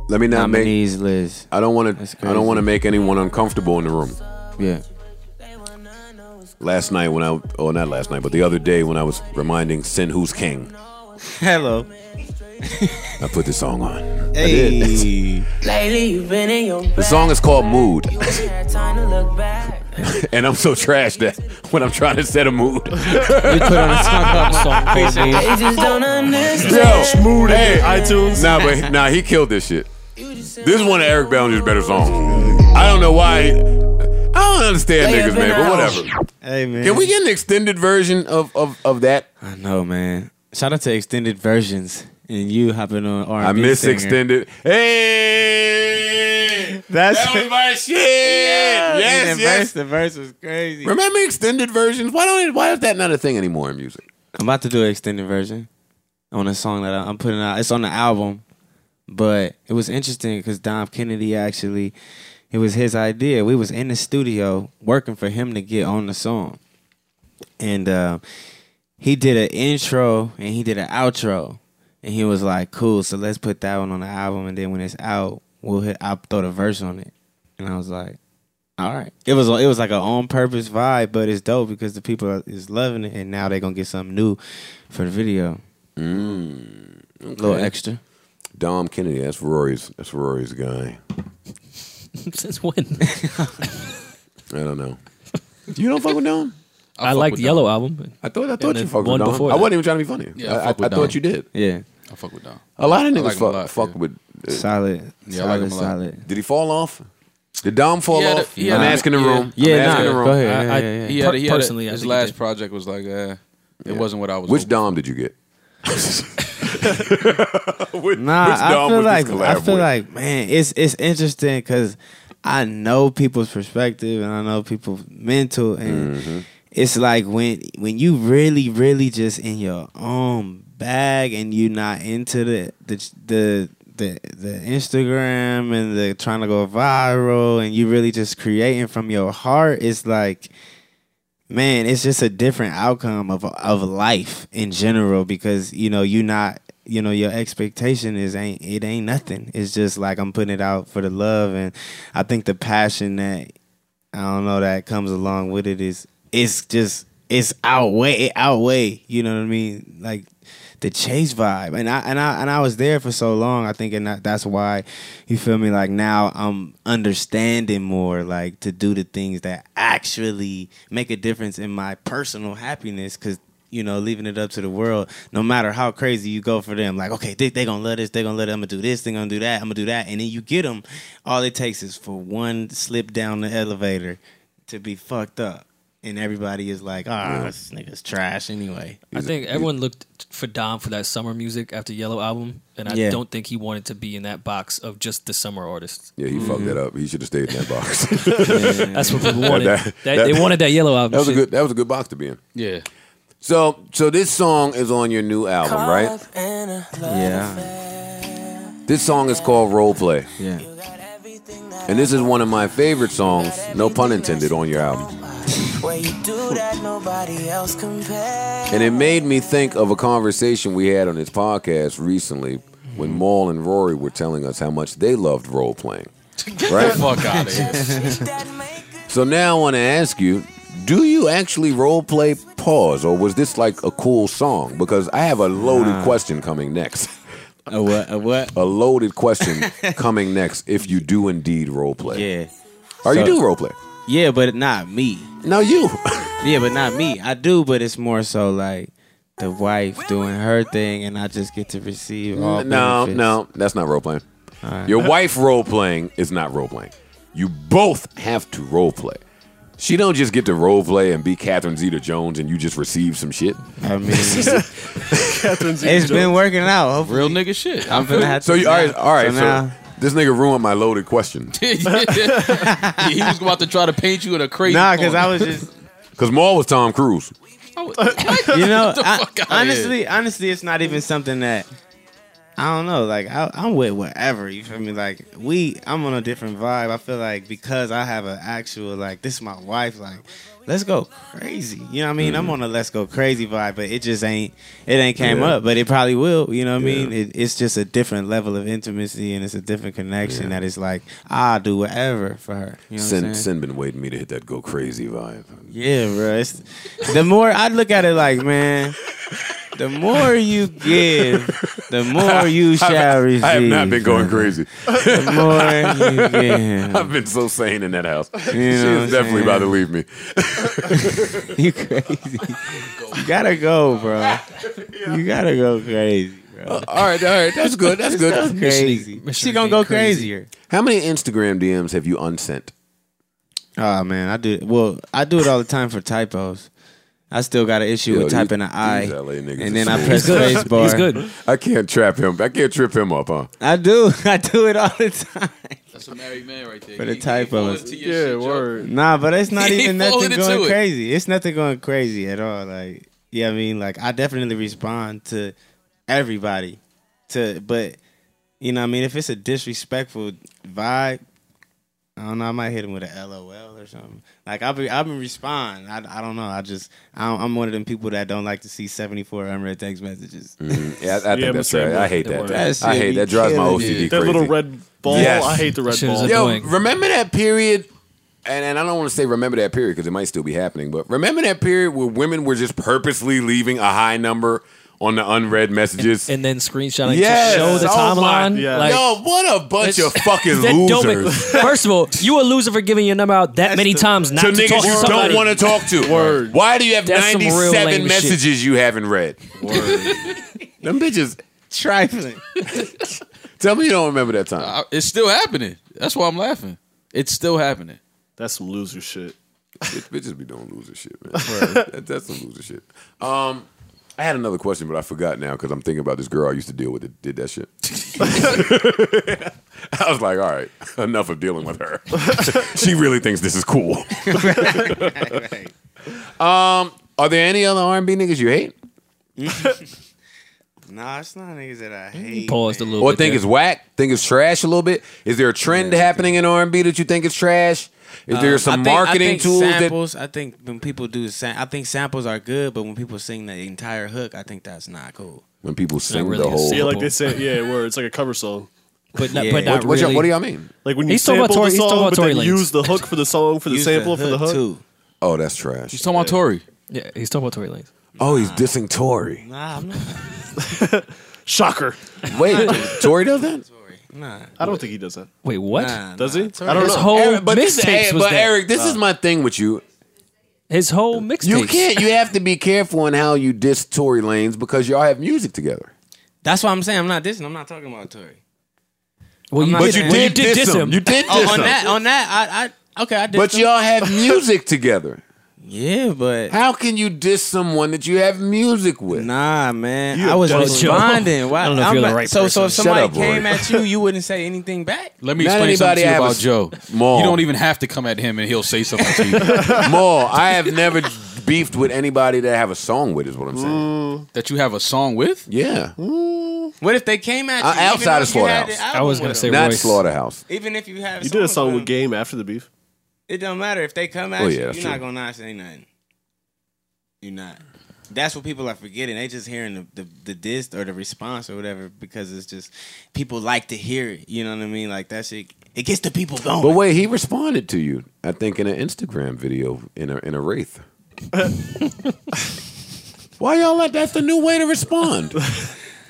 S1: Let me not make.
S2: nominees list.
S1: I don't want
S2: That's
S1: to. I don't want to
S2: crazy.
S1: make anyone uncomfortable in the room.
S2: Yeah.
S1: Last night when I, oh not last night, but the other day when I was reminding Sin Who's King,
S2: Hello.
S1: I put this song on.
S2: Hey.
S9: Lately, you've been in your
S1: The song is called Mood, [laughs]
S9: bed, time to look back.
S1: and I'm so trash that when I'm trying to set a mood,
S2: [laughs]
S9: They just don't understand.
S1: yo,
S6: Smooth
S1: Hey.
S6: hey. iTunes.
S1: nah, but nah, he killed this shit. This is one of Eric Bellinger's better songs. I don't know why. I don't understand niggas, man, but whatever.
S2: Hey man.
S1: Can we get an extended version of of, of that?
S2: I know, man. Shout out to extended versions and you hopping on R.
S1: I miss extended. Hey,
S2: That's-
S1: that was my shit.
S2: the
S1: Yes,
S2: Verse,
S1: yes.
S2: the verse was crazy.
S1: Remember extended versions? Why don't? It, why is that not a thing anymore in music?
S2: I'm about to do an extended version on a song that I- I'm putting out. It's on the album, but it was interesting because Dom Kennedy actually, it was his idea. We was in the studio working for him to get on the song, and uh, he did an intro and he did an outro, and he was like, "Cool, so let's put that one on the album, and then when it's out, we'll hit. I'll throw the verse on it." And I was like. All right. It was it was like an on purpose vibe, but it's dope because the people are, is loving it, and now they're gonna get something new for the video. Mm, A little extra.
S1: Dom Kennedy, that's Rory's. That's Rory's guy.
S3: Since when?
S1: I don't know. You don't fuck with Dom?
S5: fuck
S3: liked
S5: with
S3: the Yellow
S5: Don.
S3: album. but-
S1: I thought I thought
S3: And
S1: you
S3: the
S1: fucked with
S3: one
S1: Don.
S3: before
S1: I
S3: that.
S1: wasn't even trying to be funny.
S5: Yeah, I
S1: I, I,
S5: fuck with
S1: I
S5: Don.
S1: thought you did.
S2: Yeah,
S5: I fuck with Don.
S1: A lot of niggas
S5: like him a
S1: fuck,
S5: lot,
S1: fuck
S5: yeah.
S1: with. uh,
S2: solid,
S5: Yeah, I like
S2: solid,
S5: him a lot.
S2: solid.
S1: did he fall off? Did Dom fall
S5: He had a-
S1: off?
S5: he had
S1: I'm
S5: a-
S1: asking the
S5: yeah.
S1: room.
S2: Yeah,
S1: I'm asking
S2: nah,
S1: the room.
S2: go ahead. Yeah,
S3: I, I,
S2: yeah, yeah.
S5: He had,
S3: per-
S5: he had
S3: personally, I
S5: his
S3: think he
S5: last
S3: did.
S5: project was like, eh, it wasn't what I was.
S1: Which
S5: hoping.
S1: Dom did you get?
S2: Nah,
S1: Which
S2: I
S1: Dom
S2: feel
S1: would
S2: like
S1: you collab
S2: I feel
S1: with?
S2: like man, it's it's interesting because I know people's perspective and I know people's mental, and it's like when when you really really just in your own bag and you not into the the the. The, the Instagram and the trying to go viral and you really just creating from your heart it's like man, it's just a different outcome of of life in general because you know you not you know your expectation is ain't it ain't nothing. It's just like I'm putting it out for the love and I think the passion that I don't know that comes along with it is it's just it's outweigh it outweigh you know what I mean like the chase vibe and I and I and I was there for so long I think and that, that's why you feel me like now I'm understanding more like to do the things that actually make a difference in my personal happiness because you know, leaving it up to the world, no matter how crazy you go for them, like, okay, they, they gonna love this, they gonna love it, I'm gonna do this, they gonna do that, I'm gonna do that. And then you get them, all it takes is for one slip down the elevator to be fucked up. And everybody is like, ah, this nigga's trash anyway.
S3: I think everyone looked for Dom for that summer music after Yellow album, and I
S2: Yeah.
S3: don't think he wanted to be in that box of just the summer artists.
S1: Yeah, he fucked that up. He should have stayed in that
S5: [laughs]
S1: box. [laughs]
S3: That's what people wanted.
S1: That-
S3: They-
S1: that-
S3: they wanted that Yellow album.
S1: that was a
S3: shit.
S1: good. That was a good box to be in.
S5: Yeah.
S1: So, so this song is on your new album, right?
S2: Yeah,
S1: This song is called Role Play,
S2: yeah.
S1: and this is one of my favorite songs. No pun intended on your album.
S9: Where you do that, nobody else compares.
S1: And it made me think of a conversation we had on this podcast recently
S2: Mm-hmm.
S1: when Maul and Rory were telling us how much they loved role
S2: [laughs]
S1: playing.
S5: Right? fuck out of here.
S1: So now I want to ask you do you actually role play pause or was this like a cool song? Because I have a loaded question coming
S2: [laughs]
S1: next.
S2: A what? A what?
S1: A loaded question coming next if you do indeed role play.
S2: Yeah,
S1: Or you
S2: So-
S1: do role play.
S2: yeah, but not me.
S1: No, you. [laughs]
S2: Yeah, but not me. I do, but it's more so like the wife doing her thing, and I just get to receive all.
S1: no,
S2: benefits.
S1: no, that's not role playing. Your wife role playing is not role playing. You both have to role play. She don't just get to role play and be Catherine Zeta Jones and you just receive some shit.
S2: I mean, it's been working out. Hopefully,
S5: Real nigga [laughs] shit.
S2: I'm gonna have
S1: So
S2: to
S1: you all right, all right. So,
S2: So now,
S1: this nigga ruined my loaded question
S5: Yeah, he was about to try to paint you in a crazy.
S2: nah, because
S5: corner.
S2: I was just,
S1: because Maul was Tom Cruise.
S5: I
S2: [laughs]
S5: was- [laughs]
S2: you know, I-
S5: fuck outta
S2: honestly, honestly, it's not even something that I don't know. Like I, I'm with whatever. You feel me? Like we, I'm on a different vibe. I feel like because I have an actual like this is my wife. Like let's go crazy. You know what I mean? I'm on a let's go crazy vibe, but it just ain't it ain't came
S1: Yeah.
S2: up. But it probably will. You know what I mean?
S1: Yeah.
S2: It, it's just a different level of intimacy and it's a different connection that is like I'll do whatever for her. You know
S1: Sin,
S2: what I'm saying?
S1: Sin been waiting me to hit that go crazy vibe.
S2: Yeah, bro. It's, the more I look at it, like man, the more you give, the more you shall
S1: [laughs]
S2: receive.
S1: I have not been going crazy. [laughs]
S2: The more you give,
S1: I've been so sane in that house. She's
S2: know what I'm
S1: definitely
S2: saying?
S1: about to leave me.
S2: you crazy. You gotta go, bro. You gotta go crazy, bro.
S1: Uh, All right, all right. That's good. That's
S2: That's
S1: good.
S2: crazy.
S3: Mission
S2: She gonna
S3: being
S2: go
S3: crazy.
S2: crazier.
S1: How many Instagram DMs have you unsent?
S2: Oh man, I do. Well, I do it all the time for typos. I still got an issue
S1: Yo,
S2: with typing
S1: these-
S2: an I,
S1: these LA niggas
S2: and
S1: is
S2: then I
S1: smooth.
S2: press space bar.
S3: He's good.
S1: I can't trap him. I can't trip him up, huh?
S2: I do. [laughs] I do it all the time.
S5: That's a married man right there.
S2: For the
S5: He- he falling
S2: typos.
S5: to your
S6: Yeah,
S5: shit, Joe.
S6: word.
S2: Nah, but
S5: [laughs]
S2: it's not
S5: He
S2: even nothing
S5: folded into
S2: going
S5: it.
S2: crazy. It's nothing going crazy at all. Like, yeah, I mean, like I definitely respond to everybody. To but you know, what I mean, if it's a disrespectful vibe, I don't know. I might hit him with a LOL or something. Like I've been, I've been responding. I, I don't know. I just I don't, I'm one of them people that don't like to see 74 unread text messages.
S1: Yeah, I, I think
S6: Yeah, I'm
S1: that's
S6: the same
S1: right.
S6: way.
S1: I hate that.
S6: That
S2: works.
S1: I hate that. Drives my
S2: That
S1: OCD
S2: shit
S1: crazy.
S5: be
S6: That little red ball.
S1: Yes.
S6: I hate the red
S3: Shit is
S6: ball.
S3: a-
S1: Yo,
S3: annoying.
S1: remember that period? And, and I don't want to say remember that period because it might still be happening, but remember that period where women were just purposely leaving a high number on the unread messages.
S3: and then screenshotting
S1: Yes.
S3: to show the
S1: Oh my-
S3: timeline.
S6: yeah.
S3: Like,
S1: Yo, what a bunch of fucking
S3: that don't make-
S1: losers.
S3: first of all, you a loser for giving your number out that many times [laughs] not
S1: to
S3: to,
S1: niggas
S3: talk to
S1: you
S3: somebody.
S1: don't want to talk to. Word. Why do you have
S3: That's some real
S1: 97
S3: lame shit.
S1: messages you haven't read? Them bitches.
S2: [laughs] Trifling. [laughs]
S1: Tell me you don't remember that time.
S5: I- it's still happening. That's why I'm laughing. It's still happening.
S6: That's some loser shit.
S1: bitches be doing loser shit, man. [laughs] that, that's some loser shit. Um, I had another question, but I forgot now because I'm thinking about this girl I used to deal with that did that shit. [laughs] I was like, all right, enough of dealing with her. [laughs] she really thinks this is cool. Um, are there any other R&B niggas you hate
S2: Nah, it's not niggas that I hate.
S3: Paused a little
S1: or
S3: bit.
S1: think
S3: there.
S1: it's whack, think it's trash a little bit? Is there a trend happening in R&B that you think is trash? Is there some
S2: Um, I think- I
S1: marketing
S2: think
S1: tools that
S2: samples, I think when people do, sam- I think samples are good, but when people sing the entire hook, I think that's not cool.
S1: when people sing
S3: really
S1: the
S3: is
S1: whole
S6: Yeah, like
S3: Sample.
S6: they say, yeah, where it's like a cover song.
S3: but not,
S2: Yeah.
S3: but not
S1: what, y'all-
S3: really.
S1: what do y'all mean?
S6: Like when you
S3: He's talking
S6: sample
S3: about Tory-
S6: the
S3: he's talking
S6: song,
S3: about
S6: but
S3: Tory
S6: then
S3: Lanez.
S6: use the hook for the song for the
S2: Use
S6: sample for the hook.
S2: too.
S1: Oh, that's trash.
S5: He's talking about Tory.
S3: yeah, he's talking about Tory Lanez.
S1: Oh, he's dissing Tory.
S2: Nah, I'm not.
S6: Shocker!
S1: Wait, Tory does that?
S2: Nah,
S6: I don't think he does that.
S3: Wait, what?
S2: nah,
S6: Does
S2: nah.
S6: he?
S2: Tory-
S6: I don't
S3: His
S6: know.
S3: whole
S1: Eric, but this,
S3: mixtape
S1: Eric,
S3: Oh, was
S1: but
S3: that.
S1: Eric, this is my thing with you.
S3: His whole mixtape.
S1: You can't. You have to be careful in how you diss Tory Lanes because y'all have music together.
S2: That's why I'm saying I'm not dissing. I'm not talking about Tory.
S3: Well, you
S2: I'm not
S3: did,
S2: saying-
S3: well,
S2: But
S3: you did diss him.
S1: You did diss
S2: Oh, on
S1: him.
S2: that, on that, I, I okay, I did.
S1: But y'all
S3: [laughs]
S1: have music together.
S2: yeah, but
S1: How can you diss someone that you have music with? [laughs]
S2: nah, man,
S6: You
S2: I was
S6: don't-
S2: responding. Why,
S3: I don't know if
S2: I'm
S3: you're the
S2: not-
S3: right
S2: So, so if
S1: person.
S2: somebody
S1: Shut up,
S2: came
S1: Rory.
S2: at you, you wouldn't say anything back.
S5: Let me
S1: Not
S5: explain something to you
S1: anybody
S5: about
S1: have
S5: Joe.
S1: a- Mom.
S5: You don't even have to come at him and he'll say something to you
S1: [laughs] More, I have never beefed with anybody that I have a song with. Is what I'm
S3: Mm.
S1: saying.
S5: that you have a song with.
S1: Yeah,
S2: What if they came at you
S1: Uh,
S2: even
S1: outside
S2: if
S1: of
S2: you had
S1: Slaughterhouse.
S2: the
S3: I
S2: album
S3: was gonna
S2: with
S3: say
S2: them?
S1: not
S3: Royce.
S1: Slaughterhouse.
S2: even if you have
S6: You did a
S2: with
S6: song with
S2: them,
S6: Game after the beef.
S2: It don't matter if they come at
S1: Oh,
S2: you.
S1: yeah,
S2: You're
S1: that's
S2: not
S1: true.
S2: gonna not say nothing. You're not. That's what people are forgetting. They just hearing the, the the diss or the response or whatever because it's just people like to hear it. You know what I mean? Like that shit. It gets the people going.
S1: But wait, he responded to you. I think in an Instagram video in a in a wraith. Why y'all like that's the new way to respond?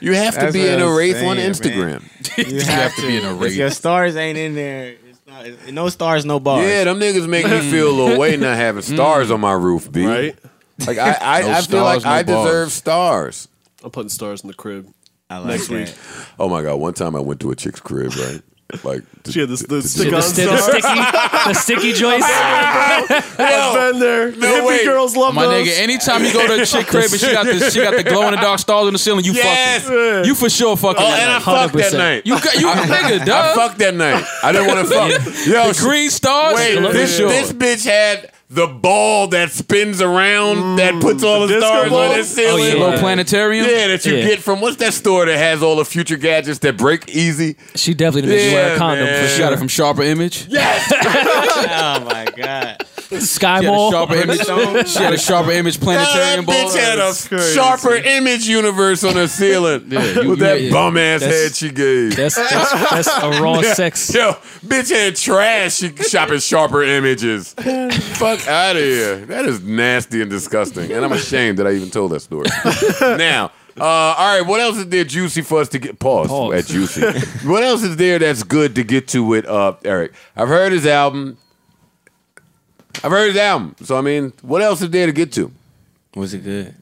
S1: You have to
S2: That's
S1: be
S2: what
S1: in
S2: I
S1: a
S2: was
S1: wraith on
S2: saying,
S1: Instagram.
S5: You have to be in a
S2: If your
S5: race.
S2: stars ain't in there, it's not, it's, no stars, no bars.
S1: Yeah, them niggas make me feel a little way not having stars on my roof, B.
S6: Right?
S1: Like I, I,
S5: No
S1: I feel like
S5: stars, no
S1: I
S5: bars.
S1: deserve stars.
S6: I'm putting stars in the crib.
S2: I like
S6: Next
S2: that.
S6: week.
S1: Oh my god! One time I went to a chick's crib, right? Like to-
S6: She had this, this stick
S3: the,
S6: on
S3: sti- the
S6: stars.
S3: sticky, the sticky joints.
S6: I've been there. Hippie
S1: way.
S6: girls love
S5: My
S6: those.
S5: nigga, anytime you go to a chick crib and she got this, she got the glow in the dark stars on the ceiling. You
S1: Yes.
S5: fucking, you for sure fucking.
S1: oh,
S5: that
S1: and I
S5: night.
S1: fucked that
S3: 100%.
S1: night.
S5: you got you nigga,
S1: [laughs] I
S5: dog.
S1: fucked that night. I didn't want to fuck. Yo, she-
S5: Green stars.
S1: Wait,
S5: for
S1: this,
S5: sure.
S1: this bitch had the ball that spins around that puts all the
S6: disco
S1: stars
S6: ball?
S1: on its ceiling.
S3: Oh, yeah.
S5: little
S3: Yeah.
S5: planetarium.
S1: Yeah, that you
S3: Yeah.
S1: get from what's that store that has all the future gadgets that break easy?
S3: She definitely didn't make you wear
S1: Yeah,
S3: a condom
S1: man.
S3: for
S5: She got it
S3: sure.
S5: from Sharper Image. Yeah,
S2: Oh my god.
S3: Sky
S5: she had a
S3: Mall.
S5: Sharper
S1: [laughs]
S5: Image. she had a Sharper Image
S1: Yo,
S5: planetarium
S1: that
S5: ball.
S1: bitch had a
S6: That's crazy.
S1: sharper image universe on her ceiling
S5: Yeah, you-
S1: with that
S5: yeah, yeah.
S1: bum ass
S3: That's-
S1: head she gave.
S3: That's, that's, that's a raw sex.
S1: [laughs] Yo, bitch had trash. She shopping sharper images. Fuck out of here. That is nasty and disgusting. And I'm ashamed that I even told that story. now, uh, all right, what else is there juicy for us to get? Pause,
S3: Pause.
S1: at juicy. what else is there that's good to get to with uh, Eric? I've heard his album. I've heard his album. So, I mean, what else is there to get to?
S2: Was it good?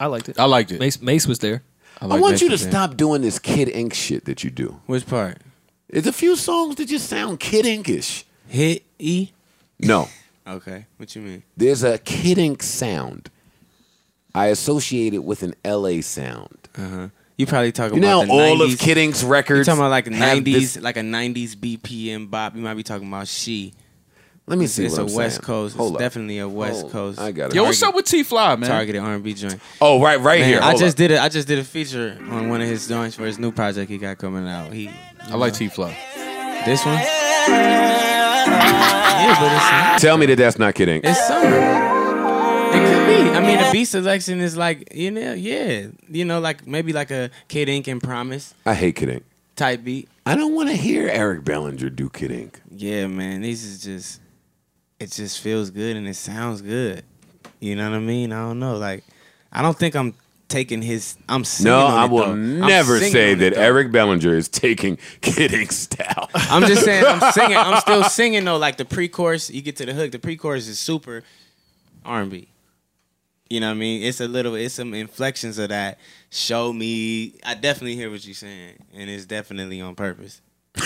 S3: I liked it.
S5: I liked it.
S3: Mace, Mace was there.
S1: I, want you to
S5: Mason Jam.
S1: stop doing this Kid Ink shit that you do.
S2: Which part?
S1: It's a few songs that just sound Kid Inkish.
S2: Hit E.
S1: No.
S2: Okay. What you mean?
S1: There's a Kid Ink sound. I associate it with an LA sound.
S2: You probably talking
S1: You know
S2: about
S1: how
S2: the
S1: all
S2: 90s.
S1: of Kid Ink's records.
S2: You're talking about like a
S1: have
S2: nineties,
S1: this-
S2: like a nineties BPM bop. You might be talking about she.
S1: let me
S2: It's,
S1: see.
S2: it's
S1: what
S2: a
S1: I'm
S2: West
S1: saying.
S2: Coast.
S1: Hold
S2: it's
S1: up.
S2: definitely a West
S1: Hold-
S2: Coast.
S1: I got it.
S5: Yo, what's up with T Fly, man?
S2: Targeted R and B joint.
S1: Oh, right, right
S2: Man,
S1: here.
S2: I
S1: Hold
S2: just
S1: up.
S2: did it. I just did a feature on one of his joints for his new project he got coming out. He
S5: I like T Fly.
S2: this one. yeah,
S1: Tell me that that's not Kid Ink.
S2: but it's it's summer. It could be. I mean, the beat selection is like you know, yeah, you know, like maybe like a Kid Ink and Promise
S1: I hate Kid Ink.
S2: type beat.
S1: I don't want to hear Eric Bellinger do Kid Ink.
S2: Yeah, man, this is just it just feels good and it sounds good. You know what I mean? I don't know. Like I don't think I'm taking his. I'm singing
S1: No,
S2: on
S1: I
S2: it,
S1: will
S2: though. I'm
S1: never
S2: singing
S1: say
S2: on it,
S1: that
S2: though.
S1: Eric Bellinger is taking [laughs] Kidding Stout.
S2: I'm just saying, I'm
S1: [laughs]
S2: singing. I'm still singing though. Like the pre-chorus, you get to the hook. The pre-chorus is super R&B. You know what I mean? It's a little, it's some inflections of that. Show me. I definitely hear what you're saying, and it's definitely on purpose.
S5: [laughs]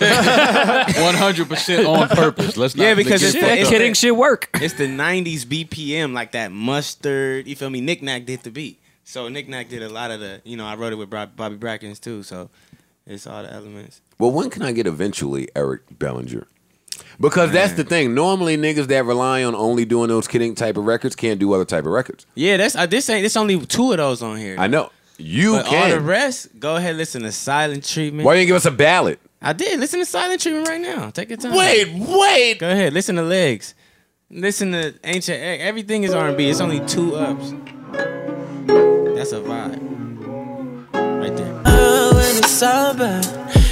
S5: One hundred percent [laughs] on purpose. Let's not
S2: Yeah, because
S5: get
S2: it's-
S5: fucked
S2: it's-
S5: up.
S3: Kidding shit work.
S2: It's the '90s BPM, like that mustard. You feel me? Knick Knack did the beat, so Knick Knack did a lot of the. You know, I wrote it with Bro- Bobby Brackens too, so it's all the elements.
S1: Well, when can I get eventually Eric Bellinger? Because that's the thing. Normally, niggas that rely on only doing those kidding type of records can't do other type of records.
S2: Yeah, that's uh, this ain't. This only two of those on here.
S1: I know you
S2: But all the
S1: can.
S2: rest, go ahead listen to Silent Treatment.
S1: Why you didn't give us a ballad?
S2: I did. Listen to Silent Treatment right now. Take your time.
S1: Wait, wait.
S2: Go ahead. Listen to Legs. Listen to Ancient Egg. Everything is R&B. It's only two ups. That's a vibe. Right there.
S9: when it's sober,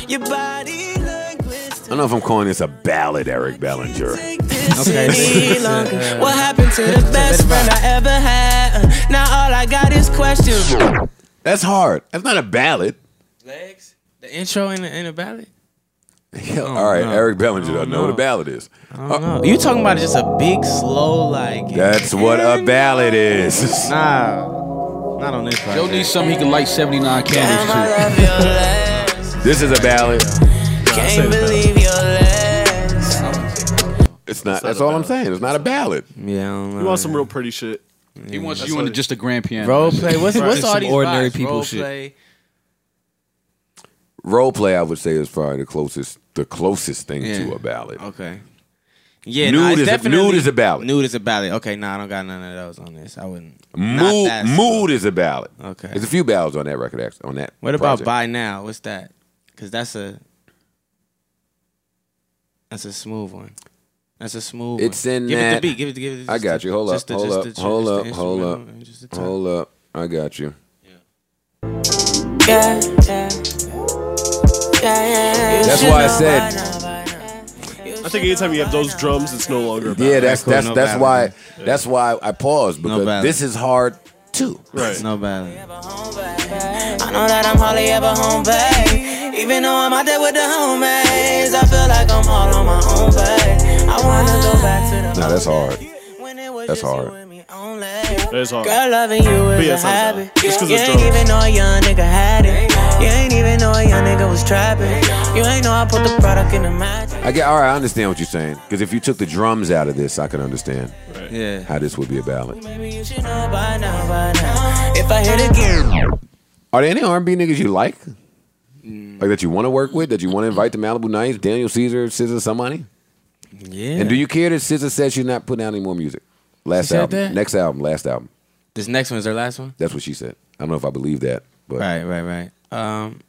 S9: your body language.
S1: I don't know if I'm calling this a ballad, Eric Bellinger.
S9: Take this
S2: Okay.
S1: [laughs]
S9: any longer.
S2: Uh,
S9: what happened to the best friend I ever had? Uh, now all I got
S1: [laughs]
S9: is questions.
S1: That's hard. That's not a ballad. [laughs]
S2: Legs? The intro and the, and the ballad?
S1: Yeah, all right, Eric Bellinger doesn't know what a
S2: know.
S1: ballad is. Uh,
S2: No. You talking about just a big, slow, like...
S1: That's what a ballad is.
S2: Nah. Not on this
S5: Joe
S2: project.
S5: needs something he can light seventy
S9: I
S5: nine candles
S9: love your
S1: [laughs]
S9: legs.
S1: This is a ballad.
S9: Can't believe your legs.
S1: It's not. That's all I'm saying. It's not a ballad.
S2: Yeah, I don't know.
S6: You want some real pretty shit.
S5: to. He wants you into just a grand piano.
S2: Role play. What's, what's
S3: Some
S2: all these
S3: ordinary
S2: vibes?
S3: people
S2: Role
S3: shit.
S2: play.
S1: Role play, I would say, is probably the closest, the closest thing to
S2: Yeah.
S1: a ballad.
S2: Okay. Yeah,
S1: Nude
S2: nah, it's
S1: is a-
S2: definitely-
S1: nude is a ballad.
S2: Nude is a ballad. Okay, nah, I don't got none of those on this. I wouldn't. not
S1: Mood,
S2: that slow.
S1: mood is a ballad.
S2: Okay.
S1: there's a few ballads on that record. Actually, on that.
S2: What about
S1: project.
S2: buy now? What's that? Because that's a that's a smooth one. That's a smooth.
S1: It's
S2: one.
S1: in
S2: give
S1: that-
S2: it the beat. Give it. Give it.
S1: I
S2: just
S1: got
S2: the-
S1: you. Hold up.
S2: just the-
S1: Hold
S2: just
S1: up.
S2: the-
S1: Hold
S2: just the
S1: up. Hold up.
S2: instrumental and just the top.
S1: Hold up, I got you.
S9: Yeah, yeah. Yeah, yeah. You
S1: That's
S9: should
S1: why I
S9: know
S1: said-
S9: by now, by now. You
S6: I
S9: should
S6: think anytime
S9: know
S6: you have
S9: by
S6: those
S9: now.
S6: drums, it's no longer a
S1: Yeah,
S6: ballad.
S1: that's
S2: cool,
S1: that's
S2: no
S1: that's
S2: ballad.
S1: why that's why I paused because
S2: ballad.
S1: this is hard too.
S6: right.
S2: No ballad.
S9: I know that I'm hardly ever home, babe. Even though I'm out there with the homies, I feel like I'm all on my own, babe. I wanna go back to the.
S1: No, that's hard.
S9: When it was
S1: That's
S9: just you
S1: hard.
S9: and me only.
S6: That is hard.
S9: Girl, loving you is
S6: yeah,
S9: a
S6: sometimes.
S9: habit.
S6: Just 'cause
S9: you
S6: it's
S9: ain't
S6: dope.
S9: even know a young nigga had it. You ain't even know a young nigga was trapping. You ain't know I put the product in the magic.
S1: I get all right. I understand what you're saying because if you took the drums out of this, I can understand
S2: Yeah.
S1: how this would be a ballad.
S9: Maybe you should know by now, by now. If I hit again,
S1: Are there any R&B niggas you like,
S2: Mm.
S1: like that you want to work with, that you want to invite to Malibu Nights, Daniel Caesar, Scissor, somebody?
S2: Yeah.
S1: And do you care that Scissor said she's not putting out any more music? Last
S2: said
S1: album,
S2: that?
S1: next album, last album.
S2: this next one's their last one?
S1: That's what she said. I don't know if I believe that, but
S2: Right. Right. Right. Um,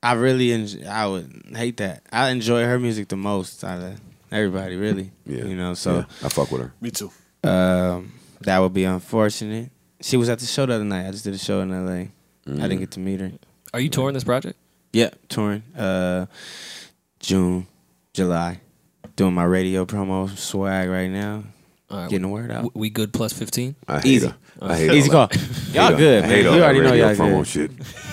S2: I really enjoy. I would hate that. I enjoy her music the most out of everybody. Really.
S1: yeah,
S2: You know. So.
S1: yeah, I fuck with her.
S6: Me too.
S2: Um, that would be unfortunate. She was at the show the other night. I just did a show in L.A. I
S1: Mm.
S2: didn't get to meet her.
S3: Are you touring this project?
S2: Yeah, touring. Uh, June, July, doing my radio promo swag right now.
S3: All right,
S2: Getting the word
S3: we,
S2: out.
S3: we good plus fifteen.
S1: I hate
S2: Easy.
S1: her. I hate
S2: Easy
S1: all
S2: call.
S1: that- hate
S2: Y'all
S1: all-
S2: good,
S1: I
S2: man.
S1: hate
S2: You
S1: all that
S2: already know
S1: radio
S2: y'all
S1: promo
S2: good.
S1: shit.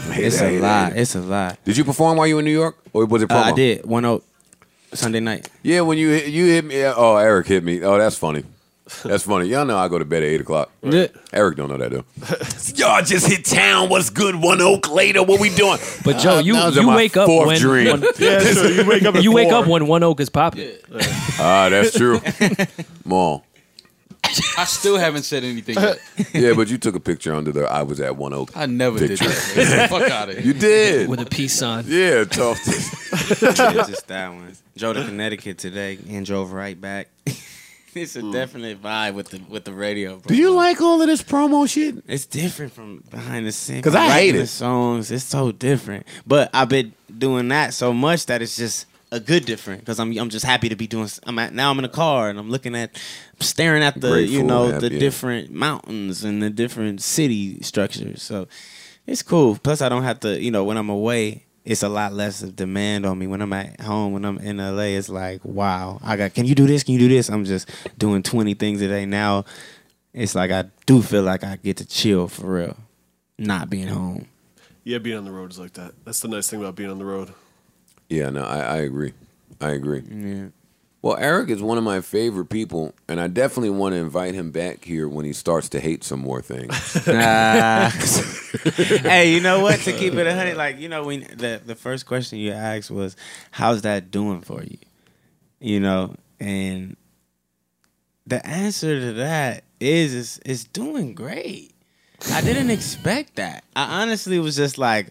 S1: I hate
S2: It's
S1: it, I hate
S2: a
S1: it, I
S2: lot.
S1: hate it.
S2: It's a lot.
S1: Did you perform while you were in New York, or was it promo?
S2: I did one oh Sunday night.
S1: Yeah, when you hit, you hit me. Oh, Eric hit me. Oh, that's funny. That's funny. Y'all know I go to bed at eight
S2: [laughs]
S1: o'clock. Eric don't know that though. [laughs] Y'all just hit town. What's good? One oak later. What we doing?
S3: But Joe, you
S1: That was
S3: you
S1: my
S3: wake up
S1: fourth
S3: when,
S1: dream.
S3: when
S6: Yeah, sure. You wake up. At
S3: you wake
S6: four.
S3: up when One Oak is popping.
S1: [laughs] Ah, that's
S3: [laughs]
S1: true. Mom.
S5: I still haven't said anything. [laughs] Yet.
S1: Yeah, but you took a picture under the I was at one oak.
S5: I never did that. man. Get the Fuck out of here.
S1: You did.
S3: with a peace sign.
S1: Yeah, tough. [laughs]
S2: [laughs] Yeah, just that one. Drove to Connecticut today and drove right back. [laughs] it's a definite vibe with the with the radio. Promo.
S1: like all of this promo shit?
S2: It's different from behind the scenes.
S1: 'Cause I hate
S2: Writing
S1: it.
S2: The songs, it's so different. But I've been doing that so much that it's just a good different. Because I'm I'm just happy to be doing. s- I'm at, now I'm in a car and I'm looking at, staring at the
S1: Grateful
S2: you know
S1: and happy,
S2: the
S1: yeah.
S2: different mountains and the different city structures. So it's cool. Plus I don't have to you know when I'm away. It's a lot less of demand on me when I'm at home. When I'm in LA, it's like, wow, I got. Can you do this? Can you do this? I'm just doing 20 things a day now it's like I do feel like I get to chill for real. not being home.
S6: Yeah, being on the road is like that. That's the nice thing about being on the road.
S1: Yeah, no, I, I agree. I agree. Well, Eric is one of my favorite people, and I definitely want to invite him back here when he starts to hate some more things.
S2: Nah. hey, you know what? To keep it a hundred, like you know, when the the first question you asked was, "How's that doing for you?" You know, and the answer to that is, is it's doing great. I didn't expect that. I honestly was just like,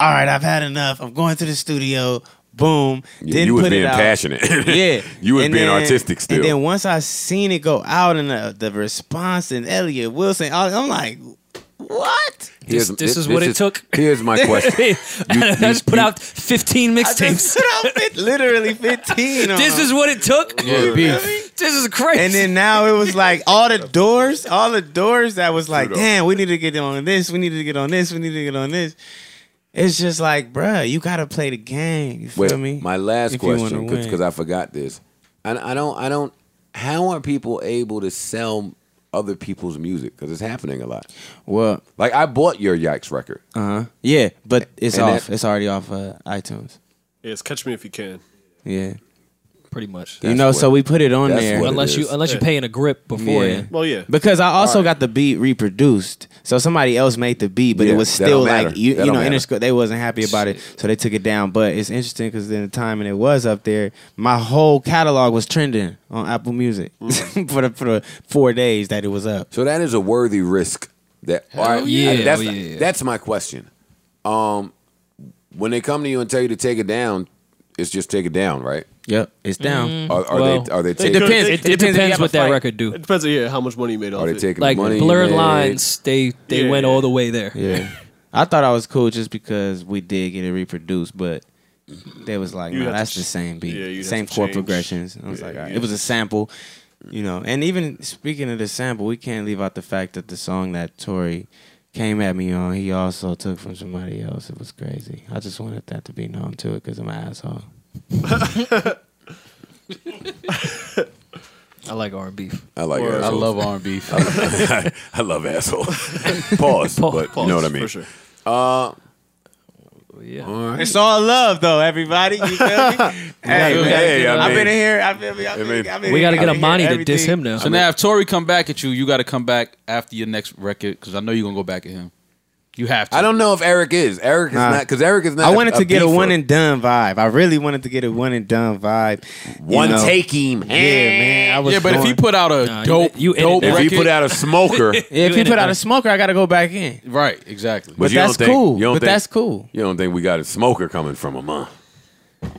S2: "All right, I've had enough. I'm going to the studio." Boom! Didn't
S1: you was
S2: put
S1: being
S2: it out.
S1: passionate. [laughs]
S2: [laughs] Yeah,
S1: you was
S2: And
S1: being
S2: then-
S1: artistic still.
S2: And then once I seen it go out and the, the response and Elliot Wilson, all- I'm like, [laughs] what?
S1: Here's-
S3: this is what it
S1: [laughs]
S3: took.
S1: Here's my
S3: [laughs]
S1: question.
S3: I just put
S1: you-
S3: out 15
S2: I just [laughs]
S3: mixtapes. [laughs]
S2: put out fif- literally 15. on
S3: This
S2: them.
S3: is what it took.
S5: Yeah, beef.
S3: This is crazy.
S2: And then now it was like all the doors, all the doors that was like, damn, we need to get on this, we need to get on this, we need to get on this. It's just like, bruh, you gotta play the game. You feel
S1: Wait,
S2: me?
S1: my last
S2: If you wanna
S1: question
S2: win.
S1: because I forgot this. I, I don't. I don't. How are people able to sell other people's music? Because it's happening a lot.
S2: well,
S1: Like I bought your Yikes record.
S2: uh huh, yeah, but it's
S1: And
S2: off.
S1: that-
S2: it's already off uh, iTunes.
S6: Yeah, it's catch me if you can.
S2: Yeah,
S3: pretty much.
S2: you know,
S1: what-
S2: so we put it on
S1: that's
S2: there.
S1: what it
S3: Unless you
S1: is.
S3: unless you pay in a grip before
S2: Yeah.
S3: yeah.
S6: Well, yeah.
S2: Because I also got the beat reproduced, so somebody else made the beat, but
S1: Yeah,
S2: it was
S1: that
S2: still
S1: don't matter.
S2: like you,
S1: That
S2: you
S1: don't
S2: know,
S1: matter.
S2: Interscope. They wasn't happy about it, so they took it down. But it's interesting because then the time and it was up there, my whole catalog was trending on Apple Music
S1: Mm.
S2: [laughs] for the for the four days that it was up.
S1: So that is a worthy risk. That all right,
S3: yeah.
S1: that's,
S3: Hell yeah.
S1: that's my question. Um, when they come to you and tell you to take it down, it's just take it down, right?
S2: Yep, it's down.
S1: Are, are
S3: Well,
S1: they are they
S6: They
S1: taking
S6: could-
S3: Depends.
S6: It-
S3: It,
S6: it
S3: it
S2: depends if you
S3: depends
S2: have
S3: what
S2: a
S3: that
S2: fight.
S3: record do.
S6: It depends, yeah, how much money you made off
S1: are they
S6: it.
S1: taking
S3: Like
S1: the money?
S3: blurred
S1: man?
S3: lines, they they
S6: Yeah.
S3: went all the way there.
S2: Yeah, I thought I was cool just because we did get it reproduced, but they was like,
S6: You'd
S2: no,
S6: have to
S2: that's the
S6: ch-
S2: same beat,
S6: yeah, you'd have
S2: same
S6: to
S2: chord
S6: change.
S2: progressions. I was like, all right.
S6: yeah.
S2: it was a sample, you know. And even speaking of the sample, we can't leave out the fact that the song that Tori came at me on, he also took from somebody else. It was crazy. I just wanted that to be known too, because I'm an asshole.
S3: I like R and B.
S1: I like
S6: Or-
S1: assholes.
S5: I love R and B. I
S1: [laughs] I love assholes. Pause, but you know what I mean.
S6: For
S3: Yeah.
S6: sure.
S2: [laughs] It's all love, though, everybody. You feel me? hey,
S5: feel
S1: Hey, I
S2: I've
S1: mean-
S2: been here. I feel me. I've
S1: mean-
S2: been, I've been
S3: We got to
S2: here,
S3: get
S2: I've been
S3: Amani
S2: here,
S3: to diss
S2: everything.
S3: him now.
S5: So now, if Tory come back at you, you got to come back after your next record because I know you're gonna go back at him. You have to.
S1: I don't know if Eric is. Eric is
S2: Nah.
S1: not because Eric is not.
S2: I wanted to get a
S1: beefer.
S2: one and done vibe. I really wanted to get a one and done vibe. you
S1: one
S2: know.
S1: take him.
S2: Yeah, man. I was
S5: yeah, but if he
S2: going-
S5: put out a
S3: Nah, you-
S5: dope,
S3: you ended
S5: dope
S3: that.
S1: If
S5: record,
S1: he put out a
S2: [laughs]
S1: smoker,
S2: Yeah, if
S3: You
S2: he
S3: in
S2: put
S3: it,
S2: out
S3: though.
S2: a smoker, I got to go back in.
S5: right, exactly.
S1: but
S2: But
S1: you don't
S2: that's
S1: think-
S2: cool.
S1: you don't
S2: But
S1: think-
S2: that's cool.
S1: you don't think we got a smoker coming from him, huh?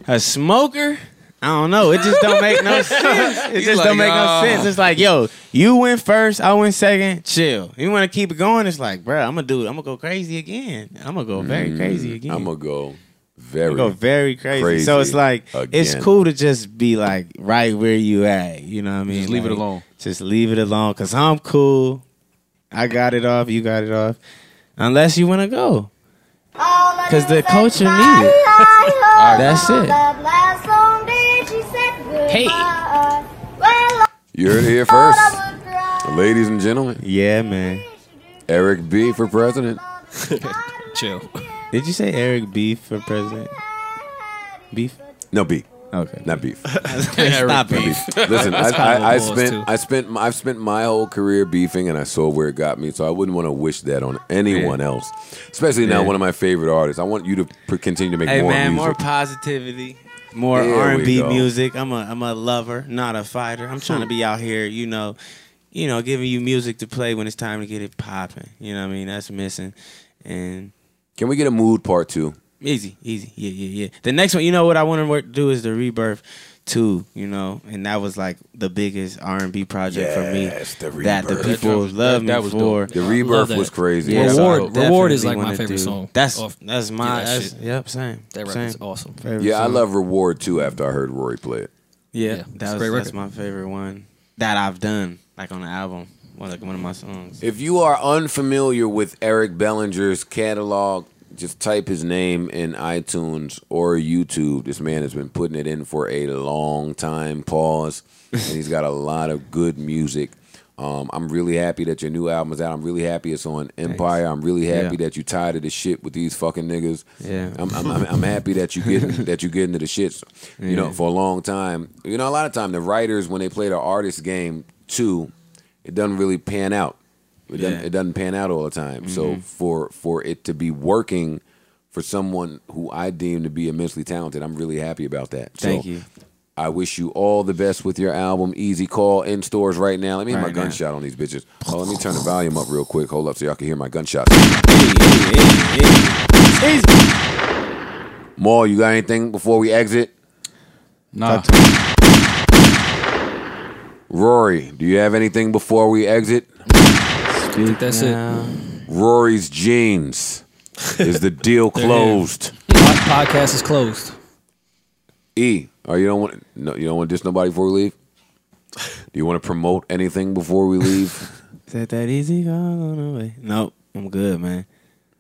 S2: A smoker. I don't know. It just don't
S1: [laughs]
S2: make no sense. It just
S5: like,
S2: don't make
S5: "Ah."
S2: no sense. It's like, yo, you went first, I went second. Chill. You want to keep it going? It's like, bro, I'm gonna do it. I'm gonna go crazy again. I'm gonna go very crazy again.
S1: I'm gonna go very.
S2: You go very crazy.
S1: Crazy
S2: So it's like it's
S1: again.
S2: cool to just be like right where you at. You know what I mean?
S5: Just leave it
S2: Like,
S5: alone.
S2: Just leave it alone. Cause I'm cool. I got it off. You got it off. Unless you want to go. Cause the culture needs it. [laughs] That's it.
S8: Hey.
S1: you heard it here first, ladies and gentlemen.
S2: Yeah, man.
S1: Eric B for president.
S3: Chill.
S2: Did you say Eric Beef for president? Beef.
S1: No beef,
S5: [laughs]
S2: Okay.
S1: not beef.
S2: Stop it. [laughs]
S1: Listen, I,
S3: kinda
S1: I, I
S3: what it was,
S1: spent,
S3: too.
S1: I spent, my- I've spent my whole career beefing, and I saw where it got me. So I wouldn't want to wish that on anyone else, especially now
S2: Yeah.
S1: one of my favorite artists. I want you to pr- continue to make
S2: Hey
S1: more
S2: man,
S1: music.
S2: more positivity, more
S1: There we
S2: R and B
S1: go.
S2: music. I'm a I'm a lover, not a fighter. I'm trying to be out here, you know, you know, giving you music to play when it's time to get it popping. You know what I mean? That's missing, and
S1: Can we get a mood part two?
S2: easy, easy, yeah, yeah, yeah. The next one, you know what I want to work, do is the rebirth. too. you know, and that was like the biggest R and B project
S1: Yes,
S2: for
S1: the
S2: me that the
S1: Rebirth.
S2: people
S5: That-
S2: love me
S5: that was
S2: for.
S1: The rebirth
S3: that.
S1: was crazy.
S2: Yeah, so I
S3: Reward- Reward is,
S2: definitely
S3: like, my
S2: wanna
S3: favorite song.
S2: That's
S3: Off-
S2: that's
S3: Yeah,
S2: my
S3: that
S2: that's,
S3: shit.
S2: yep same
S3: That
S2: same.
S3: record's awesome.
S2: Favorite
S1: Yeah, I
S2: song.
S1: love Reward too. After I heard Rory play it,
S2: Yeah,
S3: Yeah, it's
S2: that
S3: a
S2: was,
S3: great
S2: that's
S3: record.
S2: my favorite one that I've done, like on the album, or like one of my songs.
S1: if you are unfamiliar with Eric Bellinger's catalog, just type his name in iTunes or YouTube. This man has been putting it in for a long time. Pause, and he's got a lot of good music. Um, I'm really happy that your new album is out. I'm really happy it's on Empire. I'm really happy
S8: Yeah.
S1: that you tired of the shit with these fucking niggas.
S8: Yeah.
S1: I'm, I'm, I'm, I'm happy that you
S8: [laughs]
S1: get that you get into the shits. You know, for a long time. You know, a lot of time the writers when they play the artist game too, it doesn't really pan out. It doesn't,
S5: Yeah.
S1: it doesn't pan out all the time.
S8: Mm-hmm.
S1: So for for it to be working for someone who I deem to be immensely talented, I'm really happy about that.
S8: Thank
S1: so,
S8: you.
S1: I wish you all the best with your album. Easy call in stores right now. Let me hear my
S8: Right now.
S1: gunshot on these bitches. Oh, let me turn the volume up real quick. Hold up so y'all can hear my gunshot. Maul, you got anything before we exit?
S5: Nah.
S1: Rory, do you have anything before we exit?
S8: Speak
S3: that's it.
S8: now.
S1: Rory's jeans. Is
S8: [laughs]
S1: the deal closed?
S3: Pod- podcast is closed.
S1: E, are you don't want no you don't want to diss nobody before we leave? Do you want to promote anything before we
S2: [laughs]
S1: leave?
S2: Is that that easy? Go on away. Nope, I'm good, man.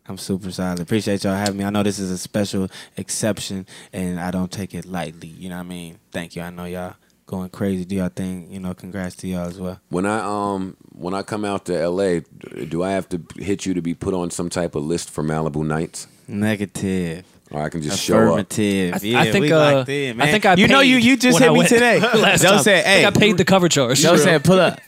S2: I'm super solid. Appreciate y'all having me. I know this is a special exception, and I don't take it lightly. You know what I mean? Thank you. I know y'all going crazy. Do y'all thing? You know, congrats to y'all as well.
S1: When I um when I come out to LA, do I have to hit you to be put on some type of list for Malibu Nights?
S2: Negative.
S1: Or I can just show up.
S2: Affirmative.
S3: I, th-
S2: yeah,
S3: I think.
S2: we
S3: uh,
S2: locked in, man.
S3: I think I.
S2: You know,
S3: paid
S2: you you just
S3: when
S2: hit
S3: I
S2: me
S3: went [laughs]
S2: today.
S3: Last
S2: Joe
S3: time.
S2: said, "Hey."
S3: I, think I paid Oh. the cover charge.
S2: Joe said, "Pull
S3: [laughs]
S2: up."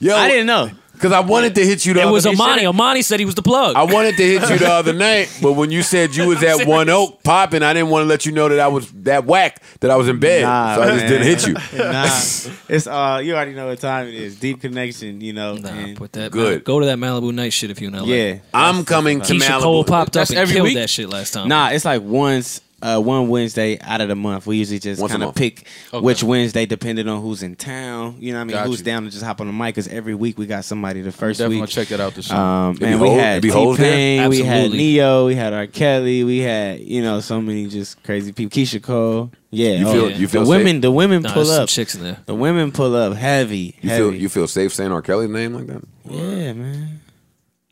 S1: Yo,
S2: I didn't know.
S1: because I wanted to hit you. The
S3: it
S1: other,
S3: was Amani. Amani said he was the plug.
S1: I wanted to hit you the
S2: [laughs]
S1: other night, but when you said you was at One Oak popping, I didn't want to let you know that I was that whack that I was in bed,
S2: Nah,
S1: so I just
S2: man.
S1: didn't hit you.
S2: [laughs] nah, it's uh, you already know what time it is. Deep connection, you know.
S3: nah,
S2: and-
S3: put that.
S1: Good.
S3: go to that Malibu night shit if you in LA.
S2: yeah.
S1: I'm coming to
S3: Keisha
S1: Malibu.
S3: Cole popped up
S5: That's
S3: and
S5: every
S3: killed
S5: week?
S3: that shit last time.
S2: Nah, it's like once uh, one Wednesday out of the month. We usually just
S1: Once a
S2: kind of
S1: month.
S2: pick
S5: Okay.
S2: which Wednesday, depending on who's in town. You know what I mean?
S5: Got
S2: who's
S5: you.
S2: down to just hop on the mic? Because every week we got somebody. The first
S5: Definitely
S2: week,
S5: check that out this summer.
S2: um,
S1: be
S2: man, we
S1: hoes-
S2: had
S1: it be
S2: T
S1: hoes there?
S2: Pain, we had
S3: Absolutely.
S2: Neo, we had R. Kelly, we had you know so many just crazy people. Keisha Cole, yeah.
S1: You
S2: oh,
S1: feel-
S2: yeah.
S1: you feel
S2: the
S1: safe?
S2: women, the women
S3: Nah,
S2: pull
S3: there's some
S2: up.
S3: chicks
S2: [laughs]
S3: in there.
S2: The women pull up heavy.
S1: You
S2: heavy.
S1: feel you feel safe saying R. Kelly's name like that?
S2: Yeah, man.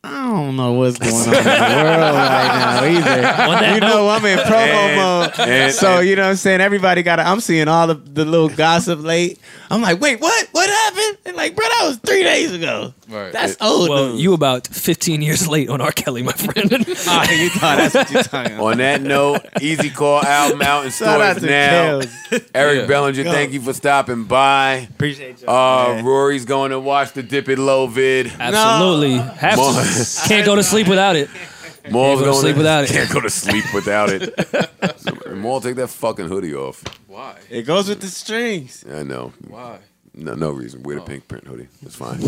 S2: I don't know what's going on in the world right now either. You know, I'm in promo mode.
S1: and-
S2: so, you know what I'm saying? Everybody got to, I'm seeing all the, the little gossip late. I'm like, wait, what? What happened? And like, bro, that was three days [laughs] ago.
S5: Right.
S2: That's old.
S3: Well,
S2: news.
S3: you about 15 years late on R. Kelly, my friend.
S2: Ah, you thought that's what you're talking about.
S1: On that note, Easy Call album out in
S2: Shout out
S1: stores
S2: to
S1: now.
S2: Kels.
S1: Eric
S5: Yeah.
S1: Bellinger,
S2: Go.
S1: thank you for stopping by.
S2: Appreciate you.
S1: Uh, Rory's going to watch the Dip It Low vid.
S3: Absolutely. Have to.
S1: Mars.
S3: Can't go to sleep without it.
S1: Maul's
S3: Can't go to
S1: going
S3: sleep
S1: [laughs]
S3: without it.
S1: Can't go to sleep without
S3: [laughs]
S1: it. Maul, take that fucking hoodie off.
S5: Why?
S2: it goes with the strings.
S1: I know.
S5: Why? Oh.
S1: No, no reason. Wear the pink print hoodie. It's fine.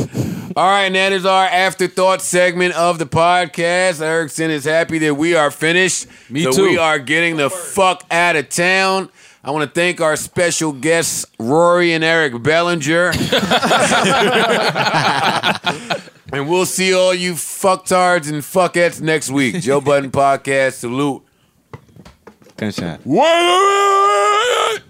S1: [laughs] All right, and that is our afterthought segment of the podcast. Erickson is happy that we are finished.
S5: Me
S1: so
S5: too.
S1: We are getting the fuck out of town. I want to thank our special guests, Rory and Eric Bellinger. [laughs] and we'll see all you fucktards and fuckettes next week. Joe Budden Podcast. Salute.
S2: Gunshot.
S1: What?